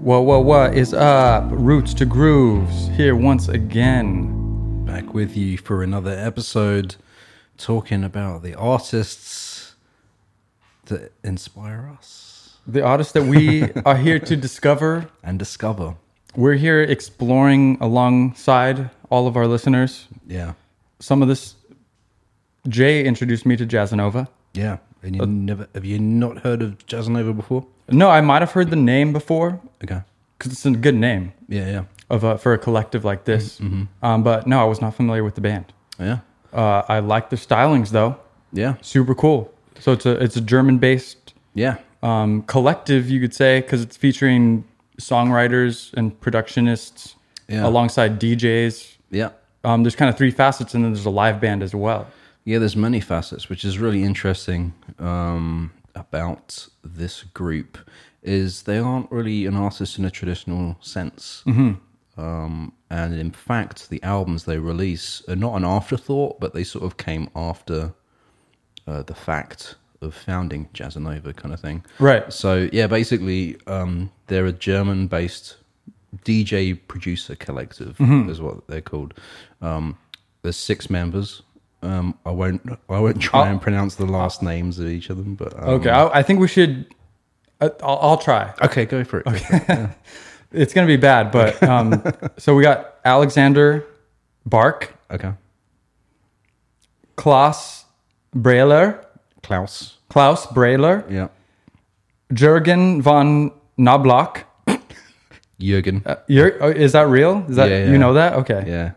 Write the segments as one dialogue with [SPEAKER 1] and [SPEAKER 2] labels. [SPEAKER 1] What, what, what is up? Roots to Grooves here once again.
[SPEAKER 2] Back with you for another episode talking about the artists that inspire us
[SPEAKER 1] The artists that we are here to discover,
[SPEAKER 2] and discover.
[SPEAKER 1] we're here exploring alongside all of our listeners.
[SPEAKER 2] Yeah.
[SPEAKER 1] Some of this, Jay introduced me to Jazzanova.
[SPEAKER 2] Yeah. And you never have you not heard of Jazzanova before?
[SPEAKER 1] No, I might have heard the name before
[SPEAKER 2] Okay.
[SPEAKER 1] because it's a good name
[SPEAKER 2] Yeah, yeah.
[SPEAKER 1] of a, for a collective like this. Um, but no, I was not familiar with the band.
[SPEAKER 2] Yeah.
[SPEAKER 1] Uh, I like their stylings though,
[SPEAKER 2] Yeah.
[SPEAKER 1] super cool. So it's a it's a German based
[SPEAKER 2] Yeah.
[SPEAKER 1] um, collective, you could say, because it's featuring songwriters and productionists
[SPEAKER 2] Yeah.
[SPEAKER 1] alongside DJs.
[SPEAKER 2] Yeah.
[SPEAKER 1] Um, there's kind of three facets, and then there's a live band as well.
[SPEAKER 2] Yeah, there's many facets, which is really interesting um, about this group is they aren't really an artist in a traditional sense. Um, and in fact, the albums they release are not an afterthought, but they sort of came after uh, the fact of founding Jazzanova kind of thing.
[SPEAKER 1] Right.
[SPEAKER 2] So yeah, basically, um, they're a German-based DJ producer collective,
[SPEAKER 1] Mm-hmm.
[SPEAKER 2] is what they're called. Um, there's six members. Um, I won't. I won't try
[SPEAKER 1] Ah.
[SPEAKER 2] and pronounce the last names of each of them, but um,
[SPEAKER 1] Okay. I, I think we should. I, I'll, I'll try.
[SPEAKER 2] Okay, go for it. go for it.
[SPEAKER 1] It's gonna be bad, but um, so we got Alexander Bark,
[SPEAKER 2] Okay.
[SPEAKER 1] Klaus Brailer,
[SPEAKER 2] Klaus.
[SPEAKER 1] Klaus Brailer,
[SPEAKER 2] Yeah.
[SPEAKER 1] Jürgen von Knobloch.
[SPEAKER 2] Jürgen.
[SPEAKER 1] You're, oh, is that real? Is that
[SPEAKER 2] Yeah, yeah.
[SPEAKER 1] you know that? Okay.
[SPEAKER 2] yeah.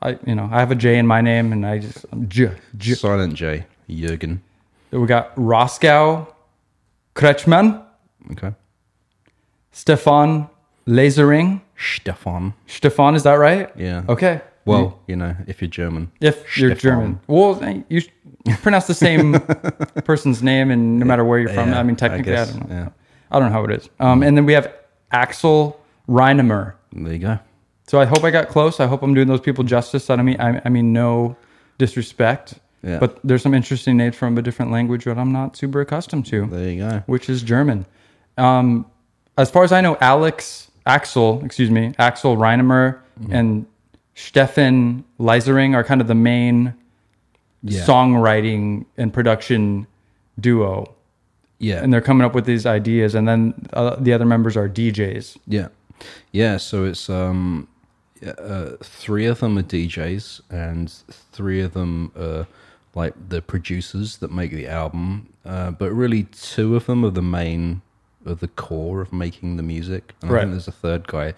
[SPEAKER 1] I you know I have a J in my name, and I just I'm J, J.
[SPEAKER 2] Silent J. Jürgen.
[SPEAKER 1] We got Roscoe Kretschmann,
[SPEAKER 2] Okay.
[SPEAKER 1] Stefan Lasering.
[SPEAKER 2] Stefan.
[SPEAKER 1] Stefan, is that right?
[SPEAKER 2] Yeah.
[SPEAKER 1] Okay.
[SPEAKER 2] Well, you know, if you're German.
[SPEAKER 1] If you're
[SPEAKER 2] Stefan.
[SPEAKER 1] German, well, eh, you sh- pronounce the same person's name, and no matter where you're from,
[SPEAKER 2] Yeah,
[SPEAKER 1] I mean, technically, I,
[SPEAKER 2] guess,
[SPEAKER 1] don't know.
[SPEAKER 2] Yeah.
[SPEAKER 1] I don't know how it is. Um, and then we have Axel Reinemer.
[SPEAKER 2] There you go.
[SPEAKER 1] So I hope I got close. I hope I'm doing those people justice. I don't mean, I, I mean, no disrespect,
[SPEAKER 2] Yeah.
[SPEAKER 1] but there's some interesting names from a different language that I'm not super accustomed to.
[SPEAKER 2] There you go.
[SPEAKER 1] which is German. Um, as far as I know, Alex Axel, excuse me, Axel Reinemer
[SPEAKER 2] Mm-hmm.
[SPEAKER 1] and Stefan Leisering are kind of the main
[SPEAKER 2] Yeah.
[SPEAKER 1] songwriting and production duo,
[SPEAKER 2] Yeah.
[SPEAKER 1] and they're coming up with these ideas. And then uh, the other members are DJs.
[SPEAKER 2] Yeah, yeah. So it's um, yeah, uh, three of them are DJs, and three of them are like the producers that make the album. Uh, but really, two of them are the main, are the core of making the music. And I
[SPEAKER 1] Right.
[SPEAKER 2] think there's a third guy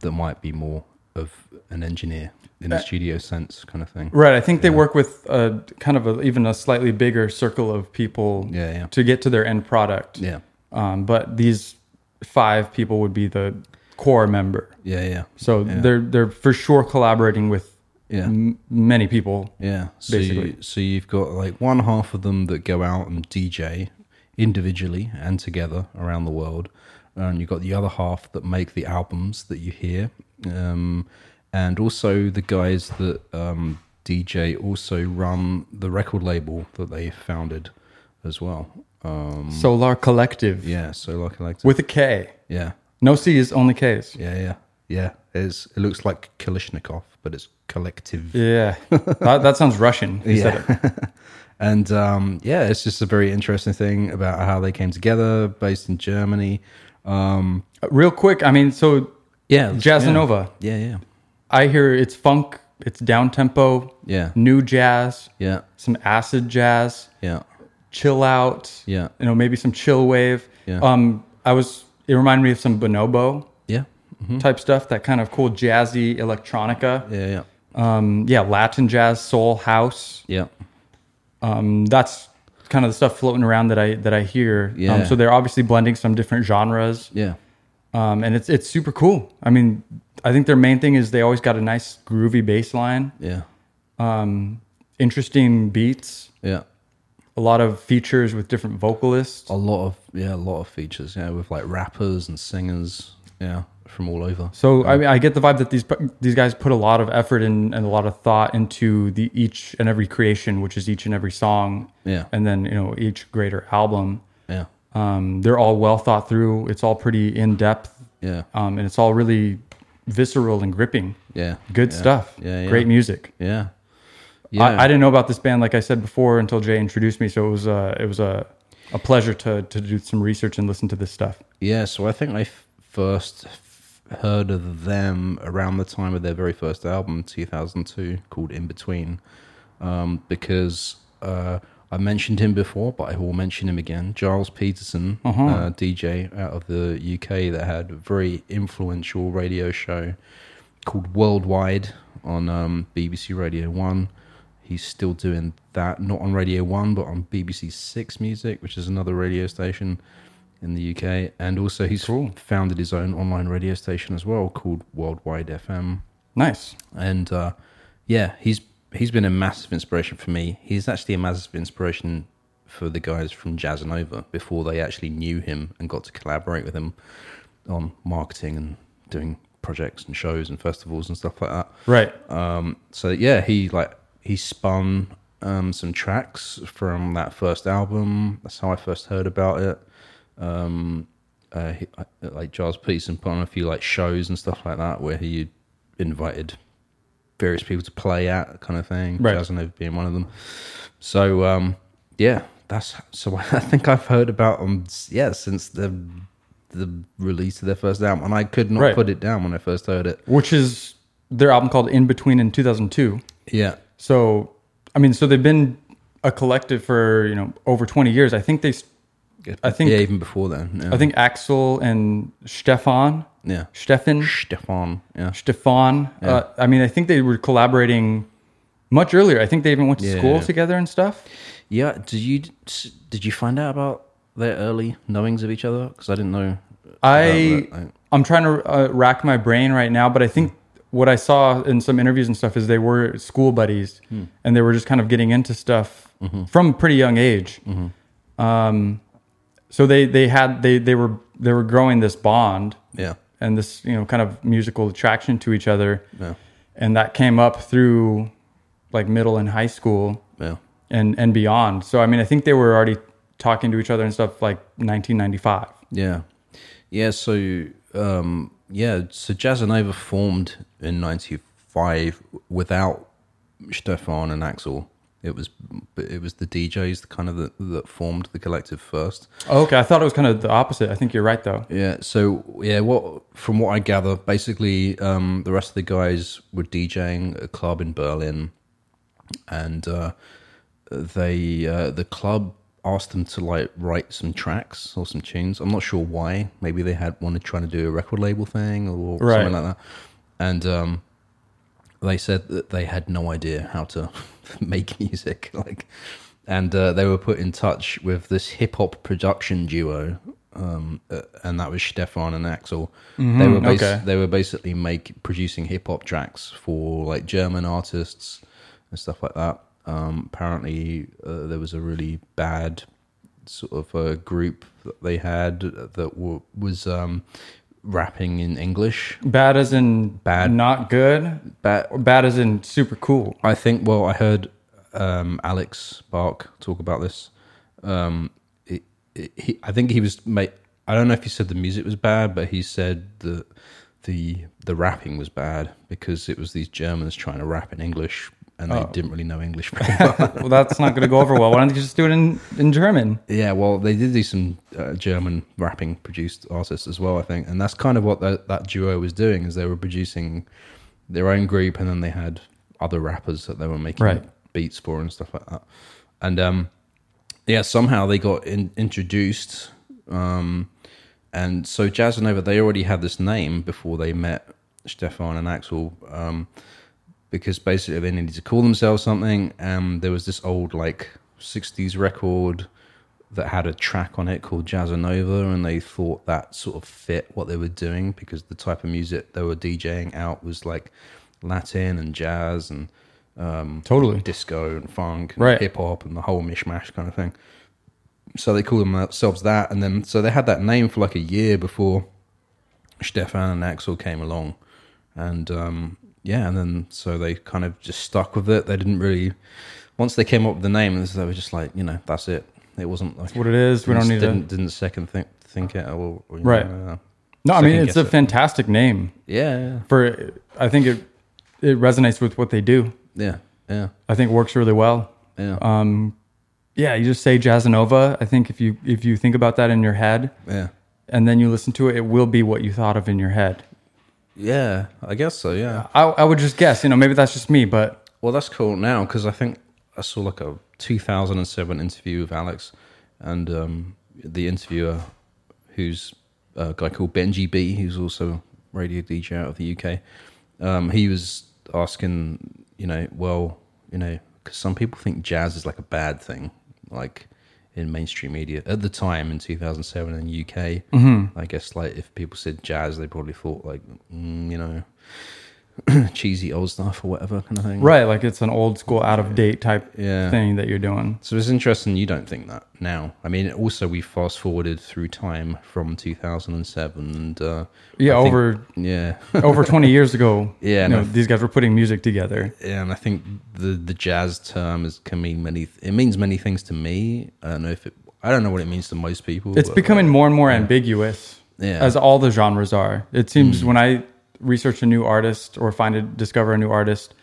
[SPEAKER 2] that might be more of an engineer in the studio sense, kind of thing.
[SPEAKER 1] Right. I think they work with a kind of a, even a slightly bigger circle of people
[SPEAKER 2] Yeah, yeah.
[SPEAKER 1] to get to their end product.
[SPEAKER 2] Yeah,
[SPEAKER 1] Um, but these five people would be the core member.
[SPEAKER 2] yeah, yeah.
[SPEAKER 1] So they're they're for sure collaborating with
[SPEAKER 2] Yeah.
[SPEAKER 1] m- many people.
[SPEAKER 2] Yeah. So
[SPEAKER 1] basically.
[SPEAKER 2] You, so you've got like one half of them that go out and DJ individually and together around the world, and you've got the other half that make the albums that you hear, um, and also the guys that um, DJ also run the record label that they founded as well. Um,
[SPEAKER 1] Solar Collective
[SPEAKER 2] yeah. So like like
[SPEAKER 1] with a K.
[SPEAKER 2] yeah,
[SPEAKER 1] No C's, only K's.
[SPEAKER 2] yeah, yeah, yeah. It's it looks like Kalishnikov, but it's collective.
[SPEAKER 1] Yeah, that, that sounds Russian. He said it.
[SPEAKER 2] and um, yeah, it's just a very interesting thing about how they came together, based in Germany. Um,
[SPEAKER 1] uh, Real quick, I mean, so
[SPEAKER 2] yeah,
[SPEAKER 1] Jazzanova.
[SPEAKER 2] Yeah, yeah,
[SPEAKER 1] I hear it's funk, it's down tempo,
[SPEAKER 2] yeah,
[SPEAKER 1] new jazz,
[SPEAKER 2] yeah,
[SPEAKER 1] some acid jazz,
[SPEAKER 2] yeah,
[SPEAKER 1] chill out.
[SPEAKER 2] yeah,
[SPEAKER 1] You know, maybe some chill wave.
[SPEAKER 2] Yeah.
[SPEAKER 1] Um, I was. It reminded me of some bonobo
[SPEAKER 2] yeah,
[SPEAKER 1] type stuff. That kind of cool jazzy electronica.
[SPEAKER 2] yeah, yeah,
[SPEAKER 1] Um, yeah, Latin jazz, soul, house.
[SPEAKER 2] yeah.
[SPEAKER 1] um, that's kind of the stuff floating around that I that I hear.
[SPEAKER 2] Yeah.
[SPEAKER 1] Um, so they're obviously blending some different genres,
[SPEAKER 2] yeah.
[SPEAKER 1] um, and it's it's super cool. I mean, I think their main thing is they always got a nice groovy bass line,
[SPEAKER 2] Yeah,
[SPEAKER 1] um, interesting beats,
[SPEAKER 2] yeah.
[SPEAKER 1] a lot of features with different vocalists.
[SPEAKER 2] A lot of yeah, a lot of features. Yeah, with like rappers and singers. Yeah, from all over.
[SPEAKER 1] So I mean, I get the vibe that these these guys put a lot of effort in, and a lot of thought into the each and every creation, which is each and every song,
[SPEAKER 2] Yeah,
[SPEAKER 1] and then you know each greater album.
[SPEAKER 2] yeah,
[SPEAKER 1] Um, they're all well thought through. It's all pretty in depth.
[SPEAKER 2] Yeah.
[SPEAKER 1] um, and it's all really visceral and gripping.
[SPEAKER 2] Yeah.
[SPEAKER 1] Good
[SPEAKER 2] yeah,
[SPEAKER 1] stuff.
[SPEAKER 2] Yeah, yeah.
[SPEAKER 1] Great music.
[SPEAKER 2] Yeah. Yeah.
[SPEAKER 1] I, I didn't know about this band, like I said before, until Jay introduced me. So it was uh, it was a a pleasure to to do some research and listen to this stuff.
[SPEAKER 2] Yeah, so I think I f- first f- heard of them around the time of their very first album, 2002, called In Between, um, because uh, I mentioned him before, but I will mention him again. Giles Peterson, uh DJ out of the UK, that had a very influential radio show called Worldwide on um, BBC Radio 1. He's still doing that, not on Radio 1, but on BBC 6 Music, which is another radio station in the UK. And also, he's founded his own online radio station as well called Worldwide FM.
[SPEAKER 1] Nice.
[SPEAKER 2] And uh, yeah, he's he's been a massive inspiration for me. He's actually a massive inspiration for the guys from Jazz and Over before they actually knew him and got to collaborate with him on marketing and doing projects and shows and festivals and stuff like that.
[SPEAKER 1] Right.
[SPEAKER 2] Um, so yeah, he like he spun um, some tracks from that first album. That's how I first heard about it. Um, uh, he, I, like Giles Peterson put on a few like shows and stuff like that where he invited various people to play at, kind of thing.
[SPEAKER 1] Right.
[SPEAKER 2] Jazz and Over being one of them. So um, yeah, that's so I think I've heard about them yeah since the the release of their first album, and I could not
[SPEAKER 1] Right.
[SPEAKER 2] put it down when I first heard it.
[SPEAKER 1] Which is their album called In Between in 2002.
[SPEAKER 2] Yeah.
[SPEAKER 1] So I mean, so they've been a collective for you know over 20 years. I think they s- I think-
[SPEAKER 2] yeah, even before then. Yeah.
[SPEAKER 1] I think Axel and Stefan
[SPEAKER 2] yeah,
[SPEAKER 1] Stefan
[SPEAKER 2] Stefan. Yeah,
[SPEAKER 1] Stefan. Uh, I mean, I think they were collaborating much earlier. I think they even went to
[SPEAKER 2] Yeah.
[SPEAKER 1] school together and stuff.
[SPEAKER 2] yeah. Did you did you find out about their early knowings of each other? Because I didn't know.
[SPEAKER 1] I
[SPEAKER 2] about that.
[SPEAKER 1] I'm trying to uh, rack my brain right now, but I think what I saw in some interviews and stuff is they were school buddies,
[SPEAKER 2] Hmm.
[SPEAKER 1] and they were just kind of getting into stuff
[SPEAKER 2] Mm-hmm.
[SPEAKER 1] from a pretty young age. Um, so they they had they they were they were growing this bond
[SPEAKER 2] yeah,
[SPEAKER 1] and this you know kind of musical attraction to each other,
[SPEAKER 2] yeah,
[SPEAKER 1] and that came up through like middle and high school
[SPEAKER 2] yeah,
[SPEAKER 1] and and beyond. So I mean, I think they were already talking to each other and stuff like 1995.
[SPEAKER 2] yeah, yeah. So um, yeah, so Jazz and Over formed in '95 without Stefan and Axel. It was it was the DJs the kind of the, that formed the collective first.
[SPEAKER 1] Okay, I thought it was kind of the opposite. I think you're right though.
[SPEAKER 2] Yeah. So yeah, what from what I gather, basically, um, the rest of the guys were DJing at a club in Berlin, and uh, they uh, the club asked them to like write some tracks or some tunes. I'm not sure why. Maybe they had wanted trying to do a record label thing or
[SPEAKER 1] Right.
[SPEAKER 2] something like that, and um, they said that they had no idea how to make music like and uh, they were put in touch with this hip hop production duo um, uh, and that was Stefan and Axel they were bas-
[SPEAKER 1] okay.
[SPEAKER 2] they were basically make producing hip hop tracks for like German artists and stuff like that um, apparently uh, there was a really bad sort of uh, group that they had that w- was um, rapping in English
[SPEAKER 1] Bad as in
[SPEAKER 2] Bad.
[SPEAKER 1] not good,
[SPEAKER 2] but
[SPEAKER 1] or bad as in super cool.
[SPEAKER 2] I think. Well, I heard um, Alex Bark talk about this. Um, it, it, he, I think he was. ma- I don't know if he said the music was bad, but he said that the the rapping was bad because it was these Germans trying to rap in English and they didn't really know English very well.
[SPEAKER 1] Well, that's not going to go over well. Why don't you just do it in in German?
[SPEAKER 2] yeah, well, they did do some uh, German rapping produced artists as well, I think, and that's kind of what that, that duo was doing is they were producing their own group, and then they had other rappers that they were making
[SPEAKER 1] Right.
[SPEAKER 2] beats for and stuff like that, and um, yeah, somehow they got in, introduced, um, and so Jazz and Nova they already had this name before they met Stefan and Axel. Um, because basically they needed to call themselves something. Um, there was this old like '60s record that had a track on it called Jazzanova, and they thought that sort of fit what they were doing because the type of music they were DJing out was like Latin and jazz and um,
[SPEAKER 1] Totally.
[SPEAKER 2] disco and funk,
[SPEAKER 1] Right.
[SPEAKER 2] and hip hop, and the whole mishmash kind of thing. So they called themselves that, and then so they had that name for like a year before Stefan and Axel came along, and um, yeah, and then so they kind of just stuck with it. They didn't really once they came up with the name, they were just like, you know, that's it. It wasn't like
[SPEAKER 1] What it is, we don't
[SPEAKER 2] didn't-
[SPEAKER 1] need to.
[SPEAKER 2] didn't, didn't second think think it or, or you
[SPEAKER 1] Right.
[SPEAKER 2] know,
[SPEAKER 1] No, I mean
[SPEAKER 2] Second
[SPEAKER 1] it's a
[SPEAKER 2] guess it.
[SPEAKER 1] fantastic name
[SPEAKER 2] Yeah, yeah,
[SPEAKER 1] for. I think it it resonates with what they do.
[SPEAKER 2] yeah, yeah,
[SPEAKER 1] I think it works really well.
[SPEAKER 2] yeah,
[SPEAKER 1] Um, yeah, you just say Jazzanova. I think if you if you think about that in your head
[SPEAKER 2] yeah,
[SPEAKER 1] and then you listen to it, it will be what you thought of in your head.
[SPEAKER 2] yeah. I guess so. Yeah.
[SPEAKER 1] I, I would just guess. You know, maybe that's just me, but
[SPEAKER 2] Well, that's cool now because I think I saw like a 2007 interview with Alex, and um, the interviewer, who's a guy called Benji B, who's also a radio DJ out of the UK, um, he was asking, you know, well, you know, because some people think jazz is like a bad thing, like in mainstream media at the time in 2007 in the UK. I guess like if people said jazz, they probably thought like, mm, you know. cheesy old stuff or whatever kind of thing
[SPEAKER 1] right, like it's an old school, out of date type
[SPEAKER 2] Yeah.
[SPEAKER 1] thing that you're doing.
[SPEAKER 2] So it's interesting you don't think that now. I mean, also we fast forwarded through time from 2007 and uh,
[SPEAKER 1] Yeah,
[SPEAKER 2] I think-
[SPEAKER 1] over
[SPEAKER 2] yeah,
[SPEAKER 1] over 20 years ago.
[SPEAKER 2] Yeah,
[SPEAKER 1] you know,
[SPEAKER 2] no.
[SPEAKER 1] these guys were putting music together.
[SPEAKER 2] yeah, and I think the the jazz term is can mean many. It means many things to me. I don't know if it. I don't know what it means to most people.
[SPEAKER 1] It's
[SPEAKER 2] but-
[SPEAKER 1] becoming more and more ambiguous
[SPEAKER 2] Yeah. Mm.
[SPEAKER 1] as all the genres are. It seems when I research a new artist or find a discover a new artist,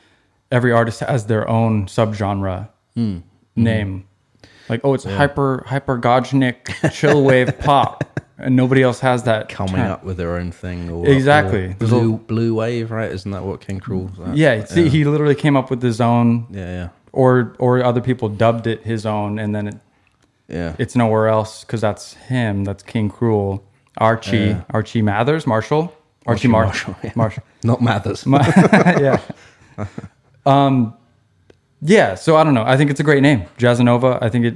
[SPEAKER 1] every artist has their own subgenre
[SPEAKER 2] Hmm.
[SPEAKER 1] name.
[SPEAKER 2] Mm-hmm.
[SPEAKER 1] Like, oh, it's hyper hypergogenic chill wave pop, and nobody else has that
[SPEAKER 2] coming
[SPEAKER 1] term.
[SPEAKER 2] up with their own thing. Or,
[SPEAKER 1] Exactly.
[SPEAKER 2] or
[SPEAKER 1] There's a-
[SPEAKER 2] blue blue wave, right? Isn't that what King Cruel? That?
[SPEAKER 1] Yeah, see, he literally came up with his own,
[SPEAKER 2] yeah,
[SPEAKER 1] or or other people dubbed it his own, and then it,
[SPEAKER 2] yeah, yeah.
[SPEAKER 1] it's nowhere else because that's him. That's King Cruel, Archie, Archie Mathers, Marshall, Archie, Mar-
[SPEAKER 2] Marshall, yeah.
[SPEAKER 1] Marshall.
[SPEAKER 2] Not Mathers.
[SPEAKER 1] yeah. Um, yeah. So I don't know. I think it's a great name, Jazzanova. I think it.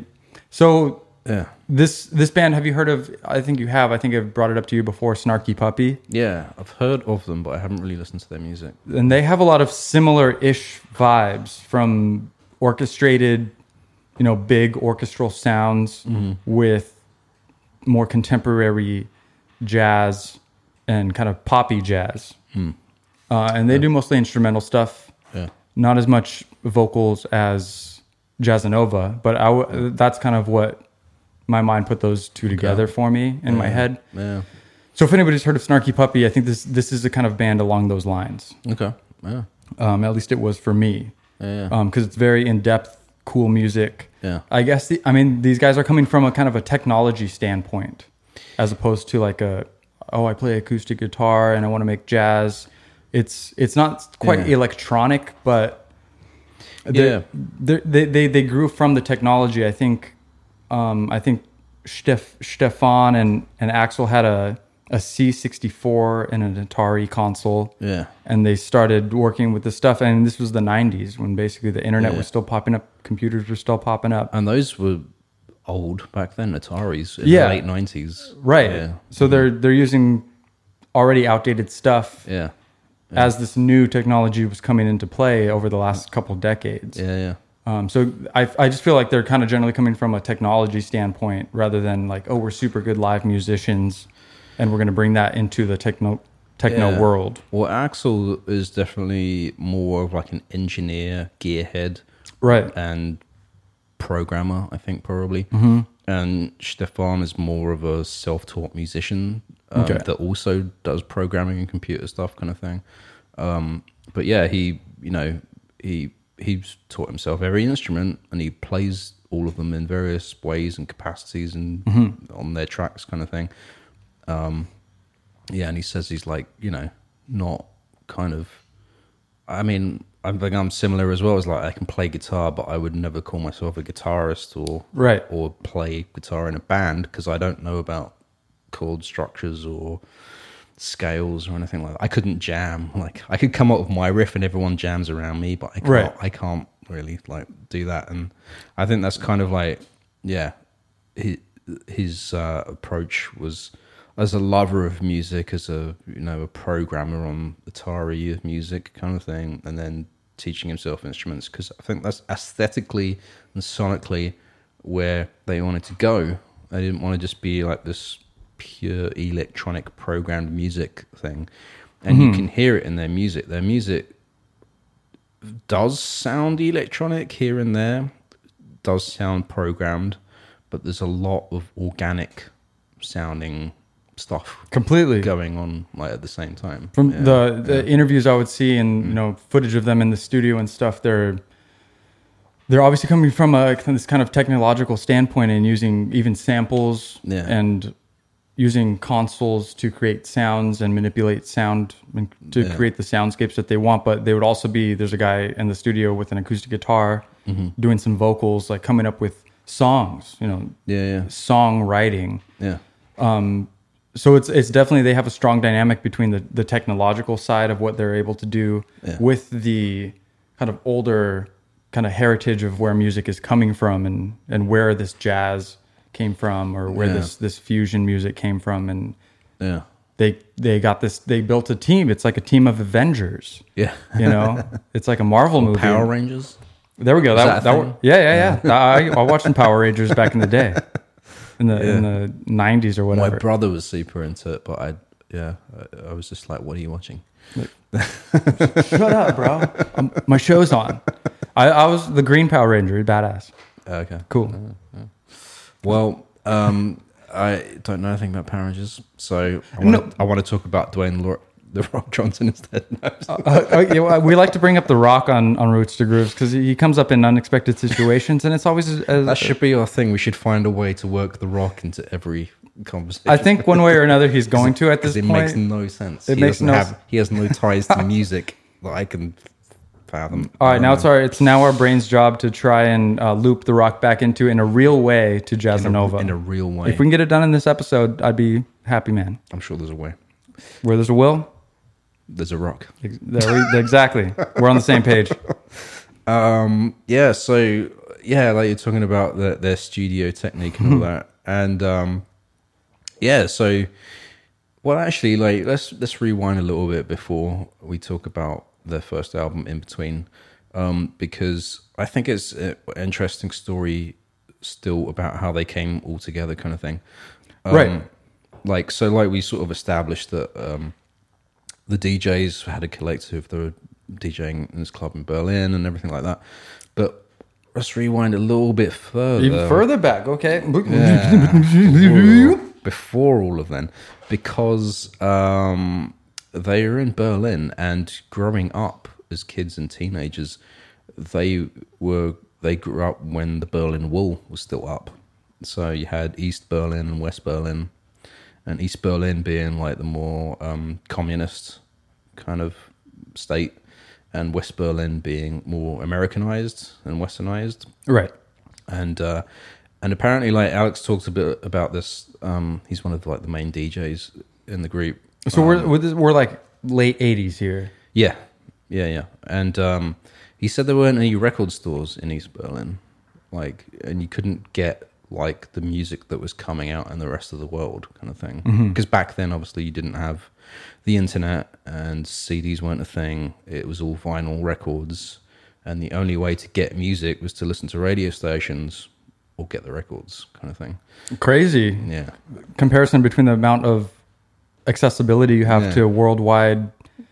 [SPEAKER 1] So
[SPEAKER 2] yeah,
[SPEAKER 1] this this band, have you heard of? I think you have. I think I've brought it up to you before. Snarky Puppy,
[SPEAKER 2] yeah. I've heard of them, but I haven't really listened to their music.
[SPEAKER 1] and they have a lot of similar-ish vibes from orchestrated, you know, big orchestral sounds with more contemporary jazz and kind of poppy jazz. Uh, and they do mostly instrumental stuff.
[SPEAKER 2] Yeah,
[SPEAKER 1] not as much vocals as Jazzanova, but I w- that's kind of what my mind put those two together for me in my head.
[SPEAKER 2] yeah.
[SPEAKER 1] So if anybody's heard of Snarky Puppy, I think this this is the kind of band along those lines.
[SPEAKER 2] Okay. Yeah.
[SPEAKER 1] Um, at least it was for me,
[SPEAKER 2] Yeah.
[SPEAKER 1] because it's very in depth, cool music.
[SPEAKER 2] Yeah.
[SPEAKER 1] I guess the, I mean these guys are coming from a kind of a technology standpoint, as opposed to like a oh I play acoustic guitar and I want to make jazz. It's it's not quite
[SPEAKER 2] Yeah.
[SPEAKER 1] electronic, but they're-
[SPEAKER 2] Yeah.
[SPEAKER 1] they're- they they they grew from the technology. I think um, I think Steph, Stefan and and Axel had a a C sixty four and an Atari console
[SPEAKER 2] Yeah.
[SPEAKER 1] and they started working with this stuff. And this was the 90s when basically the internet
[SPEAKER 2] Yeah.
[SPEAKER 1] was still popping up, computers were still popping up.
[SPEAKER 2] And those were old back then, Ataris in
[SPEAKER 1] Yeah.
[SPEAKER 2] the late nineties.
[SPEAKER 1] Right.
[SPEAKER 2] Yeah.
[SPEAKER 1] So they're they're using already outdated stuff
[SPEAKER 2] Yeah.
[SPEAKER 1] as this new technology was coming into play over the last couple decades.
[SPEAKER 2] Yeah. Yeah.
[SPEAKER 1] Um, so I, I just feel like they're kind of generally coming from a technology standpoint rather than like oh we're super good live musicians and we're going to bring that into the techno techno
[SPEAKER 2] Yeah.
[SPEAKER 1] world.
[SPEAKER 2] Well, Axel is definitely more of like an engineer, gearhead,
[SPEAKER 1] Right.
[SPEAKER 2] and programmer. I think probably.
[SPEAKER 1] Mm-hmm.
[SPEAKER 2] And Stefan is more of a self-taught musician um,
[SPEAKER 1] Okay.
[SPEAKER 2] that also does programming and computer stuff, kind of thing. Um, but yeah, he, you know, he he's taught himself every instrument and he plays all of them in various ways and capacities and
[SPEAKER 1] Mm-hmm.
[SPEAKER 2] on their tracks, kind of thing. Yeah, and he says he's like, you know, not kind of. I mean, I think I'm similar as well. It's like I can play guitar, but I would never call myself a guitarist or
[SPEAKER 1] Right.
[SPEAKER 2] or play guitar in a band because I don't know about chord structures or scales or anything like that. I couldn't jam. Like I could come up with my riff and everyone jams around me, but I can't.
[SPEAKER 1] Right.
[SPEAKER 2] I can't really like do that. And I think that's kind of like yeah, his, his uh, approach was as a lover of music, as a you know a programmer on Atari of music kind of thing, and then teaching himself instruments because I think that's aesthetically and sonically where they wanted to go. They didn't want to just be like this pure electronic programmed music thing, and you can hear it in their music. Their music does sound electronic here and there, does sound programmed, but there's a lot of organic sounding stuff
[SPEAKER 1] completely
[SPEAKER 2] going on like at the same time.
[SPEAKER 1] from
[SPEAKER 2] Yeah. Mm-hmm.
[SPEAKER 1] the the interviews I would see and you know footage of them in the studio and stuff. They're they're obviously coming from a this kind of technological standpoint and using even samples
[SPEAKER 2] Yeah.
[SPEAKER 1] and using consoles to create sounds and manipulate sound and to
[SPEAKER 2] Yeah.
[SPEAKER 1] create the soundscapes that they want. But they would also be there's a guy in the studio with an acoustic guitar
[SPEAKER 2] Mm-hmm.
[SPEAKER 1] doing some vocals, like coming up with songs. You know,
[SPEAKER 2] yeah, yeah,
[SPEAKER 1] song writing
[SPEAKER 2] yeah,
[SPEAKER 1] so it's it's definitely they have a strong dynamic between the the technological side of what they're able to do
[SPEAKER 2] Yeah.
[SPEAKER 1] with the kind of older kind of heritage of where music is coming from and and where this jazz came from or where
[SPEAKER 2] Yeah.
[SPEAKER 1] this this fusion music came from and
[SPEAKER 2] yeah,
[SPEAKER 1] they they got this they built a team it's like a team of avengers
[SPEAKER 2] yeah.
[SPEAKER 1] you know it's like a marvel movie
[SPEAKER 2] Power Rangers.
[SPEAKER 1] there we go. That,
[SPEAKER 2] that a
[SPEAKER 1] that
[SPEAKER 2] thing?
[SPEAKER 1] wor- yeah, yeah, yeah. I, I watched some Power Rangers back in the day, in the in the '90s or
[SPEAKER 2] My
[SPEAKER 1] whatever.
[SPEAKER 2] brother was super into it, but I, yeah, I, I was just like, "What are you watching?"
[SPEAKER 1] Shut up, bro. Um, my show's on. I, I was the Green Power Ranger, badass.
[SPEAKER 2] Uh, Okay.
[SPEAKER 1] Cool.
[SPEAKER 2] Well, um, I don't know anything about Power Rangers, so I
[SPEAKER 1] No.
[SPEAKER 2] want, to, I want to talk about Dwayne Lor- the Rock Johnson instead.
[SPEAKER 1] Uh, uh, yeah, well, we like to bring up The Rock on, on Roots to Grooves because he comes up in unexpected situations, and it's always. uh, As,
[SPEAKER 2] that should be our thing. We should find a way to work the Rock into every conversation.
[SPEAKER 1] I think one way or another he's going to at
[SPEAKER 2] 'Cause
[SPEAKER 1] this
[SPEAKER 2] it
[SPEAKER 1] point.
[SPEAKER 2] makes no sense.
[SPEAKER 1] It
[SPEAKER 2] he
[SPEAKER 1] makes
[SPEAKER 2] doesn't
[SPEAKER 1] no
[SPEAKER 2] have
[SPEAKER 1] s-
[SPEAKER 2] he has no ties to music that I can fathom.
[SPEAKER 1] all right, now it's our it's now our brain's job to try and uh, loop the rock back into in a real way to Jazz Nova.
[SPEAKER 2] in a real way.
[SPEAKER 1] if we can get it done in this episode, I'd be happy, man.
[SPEAKER 2] I'm sure there's a way.
[SPEAKER 1] Where there's a will,
[SPEAKER 2] There's a rock.
[SPEAKER 1] ex- there we, exactly. We're on the same page.
[SPEAKER 2] Um, yeah, so yeah, like you're talking about the, their studio technique and all that, and um, yeah, so well, actually, like let's let's rewind a little bit before we talk about their first album in between, um, because I think it's an interesting story still about how they came all together, kind of thing. Um,
[SPEAKER 1] Right.
[SPEAKER 2] Like so, like we sort of established that um, the DJs had a collective. They were DJing in this club in Berlin and everything like that. But let's rewind a little bit further.
[SPEAKER 1] Even further back, okay.
[SPEAKER 2] Yeah. before all of them, because um, they were in Berlin and growing up as kids and teenagers, they were they grew up when the Berlin Wall was still up. So you had East Berlin and West Berlin, and East Berlin being like the more um, communist kind of state, and West Berlin being more Americanized and westernized
[SPEAKER 1] Right.
[SPEAKER 2] and uh, and apparently like Alex talked a bit about this. Um, he's one of like the main DJs in the group.
[SPEAKER 1] So
[SPEAKER 2] Um,
[SPEAKER 1] we're we're, this, we're like late '80s here.
[SPEAKER 2] Yeah, yeah, yeah. And um, he said there weren't any record stores in East Berlin, like, and you couldn't get like the music that was coming out in the rest of the world, kind of thing. Because back then, obviously, you didn't have the internet and CDs weren't a thing. It was all vinyl records, and the only way to get music was to listen to radio stations or get the records, kind of thing.
[SPEAKER 1] Crazy
[SPEAKER 2] Yeah,
[SPEAKER 1] comparison between the amount of accessibility you have
[SPEAKER 2] Yeah.
[SPEAKER 1] to worldwide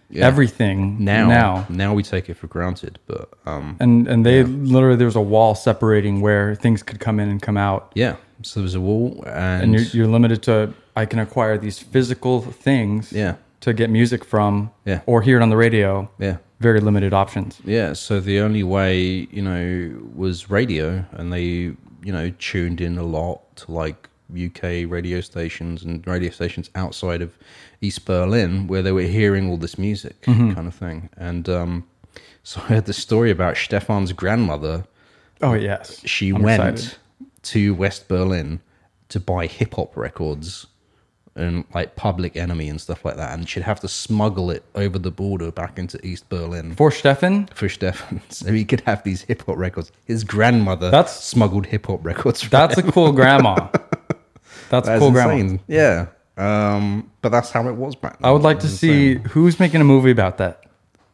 [SPEAKER 2] Yeah.
[SPEAKER 1] everything
[SPEAKER 2] now, now,
[SPEAKER 1] now.
[SPEAKER 2] now we take it for granted, but um,
[SPEAKER 1] And and they literally there was a wall separating where things could come in and come out.
[SPEAKER 2] yeah. So there's a wall, and,
[SPEAKER 1] And you're, you're limited to I can acquire these physical things
[SPEAKER 2] yeah.
[SPEAKER 1] to get music from
[SPEAKER 2] Yeah.
[SPEAKER 1] or hear it on the radio.
[SPEAKER 2] Yeah.
[SPEAKER 1] Very limited options.
[SPEAKER 2] Yeah. So the only way, you know, was radio and they, you know, tuned in a lot to like UK radio stations and radio stations outside of East Berlin where they were hearing all this music kind of thing. And um, so I heard the story about Stefan's grandmother.
[SPEAKER 1] Oh yes.
[SPEAKER 2] She
[SPEAKER 1] I'm
[SPEAKER 2] went
[SPEAKER 1] excited.
[SPEAKER 2] to West Berlin to buy hip hop records and like Public Enemy and stuff like that. And she'd have to smuggle it over the border back into East Berlin
[SPEAKER 1] For Stefan,
[SPEAKER 2] for Stefan, so he could have these hip hop records. His grandmother
[SPEAKER 1] That's-
[SPEAKER 2] smuggled hip hop records. From
[SPEAKER 1] that's a cool grandma. That's a cool grandma.
[SPEAKER 2] Yeah, um, but that's how it was back. Then.
[SPEAKER 1] I would like to see who's making a movie about that.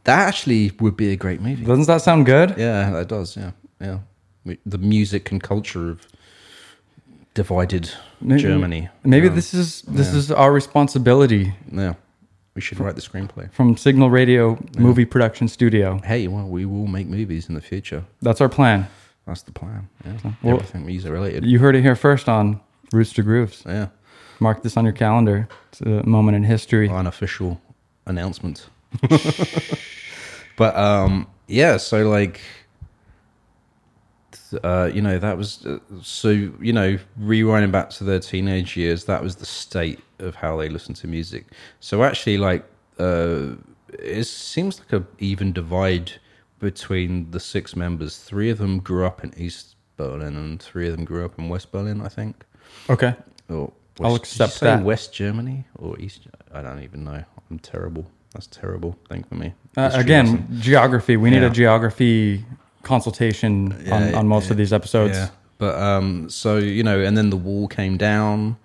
[SPEAKER 2] that. Actually, would be a great movie.
[SPEAKER 1] Doesn't that sound good?
[SPEAKER 2] yeah, that does. Yeah, yeah. We- The music and culture of divided
[SPEAKER 1] Maybe-
[SPEAKER 2] Germany.
[SPEAKER 1] Maybe this is this is our responsibility
[SPEAKER 2] Yeah, we should write the screenplay.
[SPEAKER 1] from Signal Radio Movie Production Studio.
[SPEAKER 2] Hey, well, we will make movies in the future.
[SPEAKER 1] That's our plan.
[SPEAKER 2] That's the plan. Yeah,
[SPEAKER 1] Well-
[SPEAKER 2] everything music related.
[SPEAKER 1] You heard it here first on Roots to Grooves.
[SPEAKER 2] Yeah.
[SPEAKER 1] Mark this on your calendar. It's a moment in history.
[SPEAKER 2] unofficial announcement. but um, yeah, so like, th- uh, you know, that was uh, so you know, rewinding back to their teenage years, that was the state of how they listened to music. So actually, like, uh, it seems like a even divide between the six members. Three of them grew up in East Berlin, and three of them grew up in West Berlin, I think.
[SPEAKER 1] Okay.
[SPEAKER 2] Or West,
[SPEAKER 1] I'll
[SPEAKER 2] did you
[SPEAKER 1] accept
[SPEAKER 2] say
[SPEAKER 1] that.
[SPEAKER 2] West Germany or East? I don't even know. I'm terrible. That's a terrible thing for me.
[SPEAKER 1] Uh,
[SPEAKER 2] History
[SPEAKER 1] again,
[SPEAKER 2] lesson.
[SPEAKER 1] geography. We need
[SPEAKER 2] Yeah.
[SPEAKER 1] a geography consultation on,
[SPEAKER 2] Yeah,
[SPEAKER 1] on most of these episodes.
[SPEAKER 2] yeah. But um, so you know, and then the wall came down,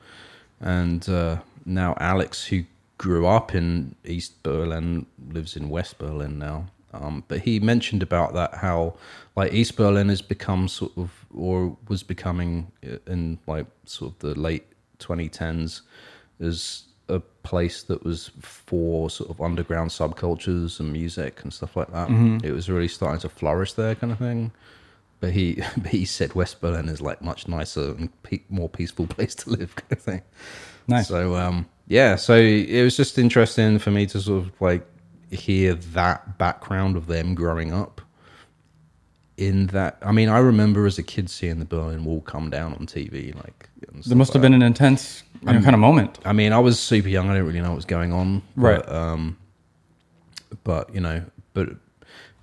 [SPEAKER 2] and uh, now Alex, who grew up in East Berlin, lives in West Berlin now. Um, but he mentioned about that how like East Berlin has become sort of or was becoming uh, in like sort of the late 2010s as a place that was for sort of underground subcultures and music and stuff like that. It was really starting to flourish there, kind of thing. But he, but he said West Berlin is like much nicer and pe- more peaceful place to live, kind of thing.
[SPEAKER 1] Nice.
[SPEAKER 2] So, um, yeah. So it was just interesting for me to sort of like hear that background of them growing up. In that, I mean, I remember as a kid seeing the Berlin Wall come down on TV, like and
[SPEAKER 1] There
[SPEAKER 2] stuff
[SPEAKER 1] must
[SPEAKER 2] like
[SPEAKER 1] have been an intense you know, kind of moment.
[SPEAKER 2] I mean, I was super young. I didn't really know what was going on.
[SPEAKER 1] Right.
[SPEAKER 2] But, um, but you know, but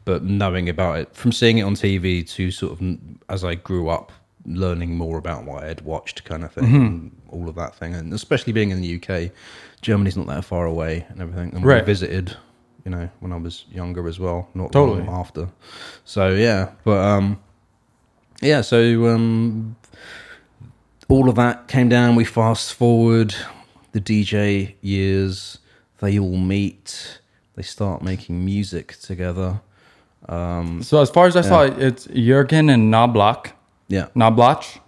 [SPEAKER 2] but knowing about it from seeing it on TV to sort of as I grew up, learning more about what I had watched, kind of thing,
[SPEAKER 1] Mm-hmm.
[SPEAKER 2] and all of that thing, and especially being in the UK, Germany's not that far away, and everything. And
[SPEAKER 1] Right.
[SPEAKER 2] We visited, you know, when I was younger as well. Not
[SPEAKER 1] Totally.
[SPEAKER 2] long Um, after. So yeah, but um, yeah, so um, all of that came down. We fast forward the DJ years. They all meet. They start making music together.
[SPEAKER 1] So as far as I saw, it's Jurgen and Knoblach,
[SPEAKER 2] Yeah,
[SPEAKER 1] Knoblach,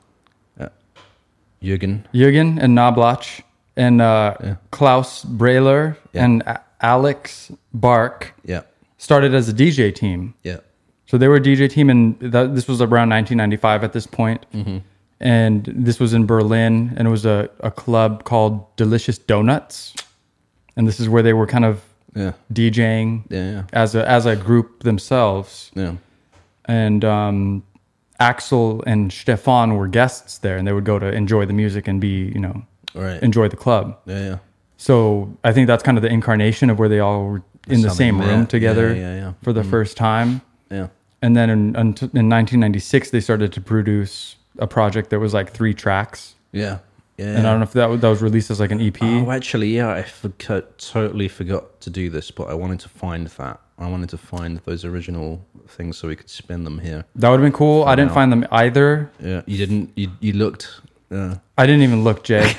[SPEAKER 2] Jürgen.
[SPEAKER 1] Jurgen and Knoblach, and uh, Klaus Brailer
[SPEAKER 2] Yeah.
[SPEAKER 1] and A- Alex Bark
[SPEAKER 2] Yeah,
[SPEAKER 1] started as a DJ team.
[SPEAKER 2] yeah,
[SPEAKER 1] So they were a DJ team, and that, this was around 1995 at this point. And this was in Berlin, and it was a, a club called Delicious Donuts, and this is where they were kind of
[SPEAKER 2] yeah,
[SPEAKER 1] DJing
[SPEAKER 2] yeah,
[SPEAKER 1] as a as a group themselves.
[SPEAKER 2] yeah.
[SPEAKER 1] And um, Axel and Stefan were guests there, and they would go to enjoy the music and be you know
[SPEAKER 2] All right.
[SPEAKER 1] enjoy the club.
[SPEAKER 2] yeah, yeah.
[SPEAKER 1] So I think that's kind of the incarnation of where they all were in the
[SPEAKER 2] Something
[SPEAKER 1] same
[SPEAKER 2] there.
[SPEAKER 1] room together
[SPEAKER 2] Yeah, Mm-hmm. yeah, yeah.
[SPEAKER 1] for the first time.
[SPEAKER 2] yeah.
[SPEAKER 1] And then in, unt- in 1996, they started to produce a project that was like three tracks.
[SPEAKER 2] Yeah. Yeah.
[SPEAKER 1] And I don't know if that, was- that was released as like an E EP.
[SPEAKER 2] Oh, actually, yeah, I forgot, totally forgot to do this, but I wanted to find that. I wanted to find those original things so we could spin them here.
[SPEAKER 1] that would have been cool. I didn't
[SPEAKER 2] now.
[SPEAKER 1] find them either.
[SPEAKER 2] Yeah, you didn't. You you looked. Uh,
[SPEAKER 1] I didn't even look, Jay.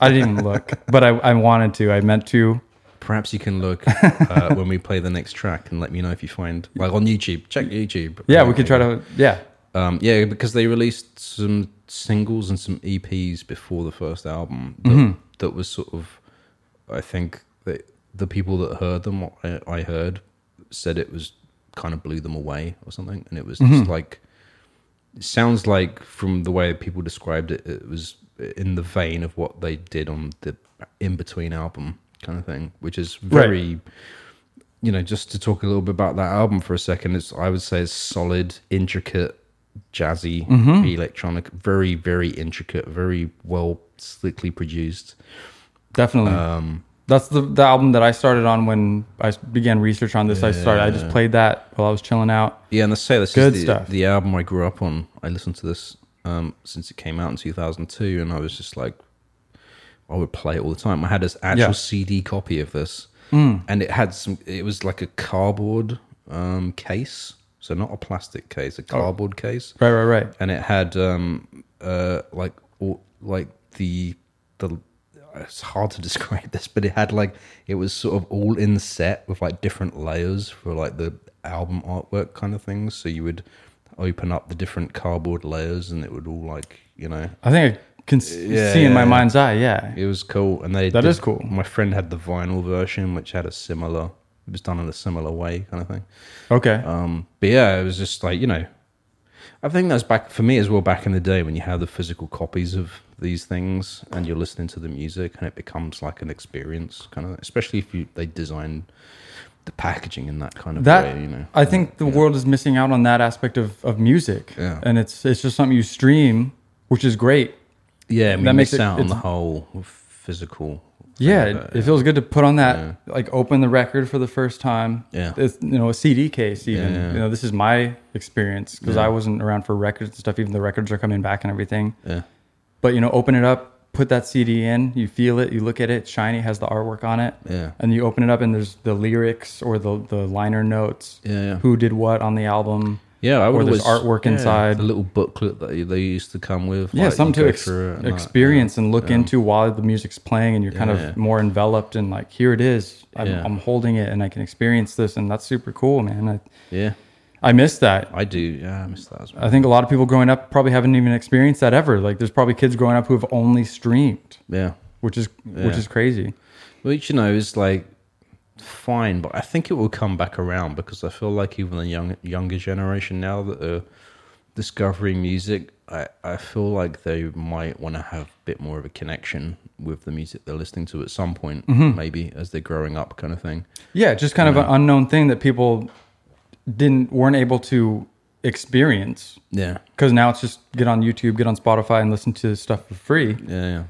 [SPEAKER 1] I didn't even look, but I, I wanted to. I meant to.
[SPEAKER 2] perhaps you can look uh, when we play the next track and let me know if you find like on YouTube. Check YouTube.
[SPEAKER 1] Yeah, we could try to. Yeah.
[SPEAKER 2] Um, yeah, because they released some singles and some EPs before the first album that,
[SPEAKER 1] Mm-hmm.
[SPEAKER 2] that was sort of, I think that the people that heard them, what I, I heard, said it was kind of blew them away or something, and it was just like, it sounds like from the way people described it, it was in the vein of what they did on the in between album kind of thing, which is
[SPEAKER 1] Right.
[SPEAKER 2] very you know, just to talk a little bit about that album for a second, it's I would say it's solid, intricate, jazzy, electronic, very, very intricate, very well slickly produced.
[SPEAKER 1] Definitely.
[SPEAKER 2] Um,
[SPEAKER 1] That's the, the album that I started on when I s- began research on this. I started, I just played that while I was chilling out.
[SPEAKER 2] Yeah, and let's say this
[SPEAKER 1] Good
[SPEAKER 2] is the,
[SPEAKER 1] stuff.
[SPEAKER 2] the album I grew up on. I listened to this um, since it came out in 2002, and I was just like, I would play it all the time. I had this actual
[SPEAKER 1] Yeah. Hmm.
[SPEAKER 2] CD copy of this, and it had some. It was like a cardboard um, case, so not a plastic case,
[SPEAKER 1] Oh.
[SPEAKER 2] a cardboard case.
[SPEAKER 1] Right, right, right.
[SPEAKER 2] and it had um uh like all, like the the it's hard to describe this but it had like it was sort of all in the set with like different layers for like the album artwork kind of things so you would open up the different cardboard layers and it would all like you know
[SPEAKER 1] I think I can s-
[SPEAKER 2] Yeah,
[SPEAKER 1] see in my
[SPEAKER 2] yeah, yeah.
[SPEAKER 1] mind's eye. Yeah.
[SPEAKER 2] it was cool and they
[SPEAKER 1] That
[SPEAKER 2] that
[SPEAKER 1] is
[SPEAKER 2] is
[SPEAKER 1] cool.
[SPEAKER 2] my friend had the vinyl version which had a similar it was done in a similar way kind of thing
[SPEAKER 1] Okay.
[SPEAKER 2] um, but yeah, it was just like you know, I think that's back for me as well. Back in the day, when you have the physical copies of these things and you're listening to the music, and it becomes like an experience, kind of. Especially if you they design the packaging in that kind of
[SPEAKER 1] that
[SPEAKER 2] way, you know.
[SPEAKER 1] I think the world is missing out on that aspect of, of music,
[SPEAKER 2] Yeah.
[SPEAKER 1] and it's it's just something you stream, which is great.
[SPEAKER 2] yeah, I mean,
[SPEAKER 1] that
[SPEAKER 2] that
[SPEAKER 1] makes
[SPEAKER 2] makes
[SPEAKER 1] it-
[SPEAKER 2] out on the
[SPEAKER 1] it's-
[SPEAKER 2] whole physical. thing
[SPEAKER 1] Yeah,
[SPEAKER 2] of
[SPEAKER 1] it, it feels good to put on that, like open the record for the first time.
[SPEAKER 2] Yeah.
[SPEAKER 1] it's, you know, a CD case even.
[SPEAKER 2] Yeah.
[SPEAKER 1] You know, this is my experience because I wasn't around for records and stuff. Even the records are coming back and everything.
[SPEAKER 2] Yeah.
[SPEAKER 1] But you know, open it up, put that CD in, you feel it, you look at it, shiny, has the artwork on it,
[SPEAKER 2] Yeah.
[SPEAKER 1] and you open it up and there's the lyrics or the the liner notes,
[SPEAKER 2] Yeah, yeah.
[SPEAKER 1] who did what on the album.
[SPEAKER 2] Yeah, I
[SPEAKER 1] Or
[SPEAKER 2] would
[SPEAKER 1] there's
[SPEAKER 2] always-
[SPEAKER 1] artwork
[SPEAKER 2] yeah,
[SPEAKER 1] inside.
[SPEAKER 2] the little booklet that they used to come with.
[SPEAKER 1] yeah,
[SPEAKER 2] like, you
[SPEAKER 1] something to
[SPEAKER 2] go
[SPEAKER 1] ex-
[SPEAKER 2] through it and that,
[SPEAKER 1] experience and look into while the music's playing, and you're kind
[SPEAKER 2] Yeah.
[SPEAKER 1] of more enveloped and like, here it is. I'm,
[SPEAKER 2] Yeah.
[SPEAKER 1] I'm holding it, and I can experience this, and that's super cool, man. I,
[SPEAKER 2] Yeah. yeah,
[SPEAKER 1] I miss that.
[SPEAKER 2] I do. Yeah, I miss that as well.
[SPEAKER 1] I think a lot of people growing up probably haven't even experienced that ever. Like, there's probably kids growing up who have only streamed,
[SPEAKER 2] yeah,
[SPEAKER 1] which is which
[SPEAKER 2] Yeah.
[SPEAKER 1] is crazy.
[SPEAKER 2] which you know is like fine, but I think it will come back around because I feel like even the young younger generation now that are discovering music, I I feel like they might want to have a bit more of a connection with the music they're listening to at some point, maybe as they're growing up, kind of thing.
[SPEAKER 1] Yeah, just kind of an unknown thing that people didn't weren't able to experience
[SPEAKER 2] Yeah,
[SPEAKER 1] because now it's just get on YouTube, get on Spotify, and listen to stuff for free.
[SPEAKER 2] yeah, yeah,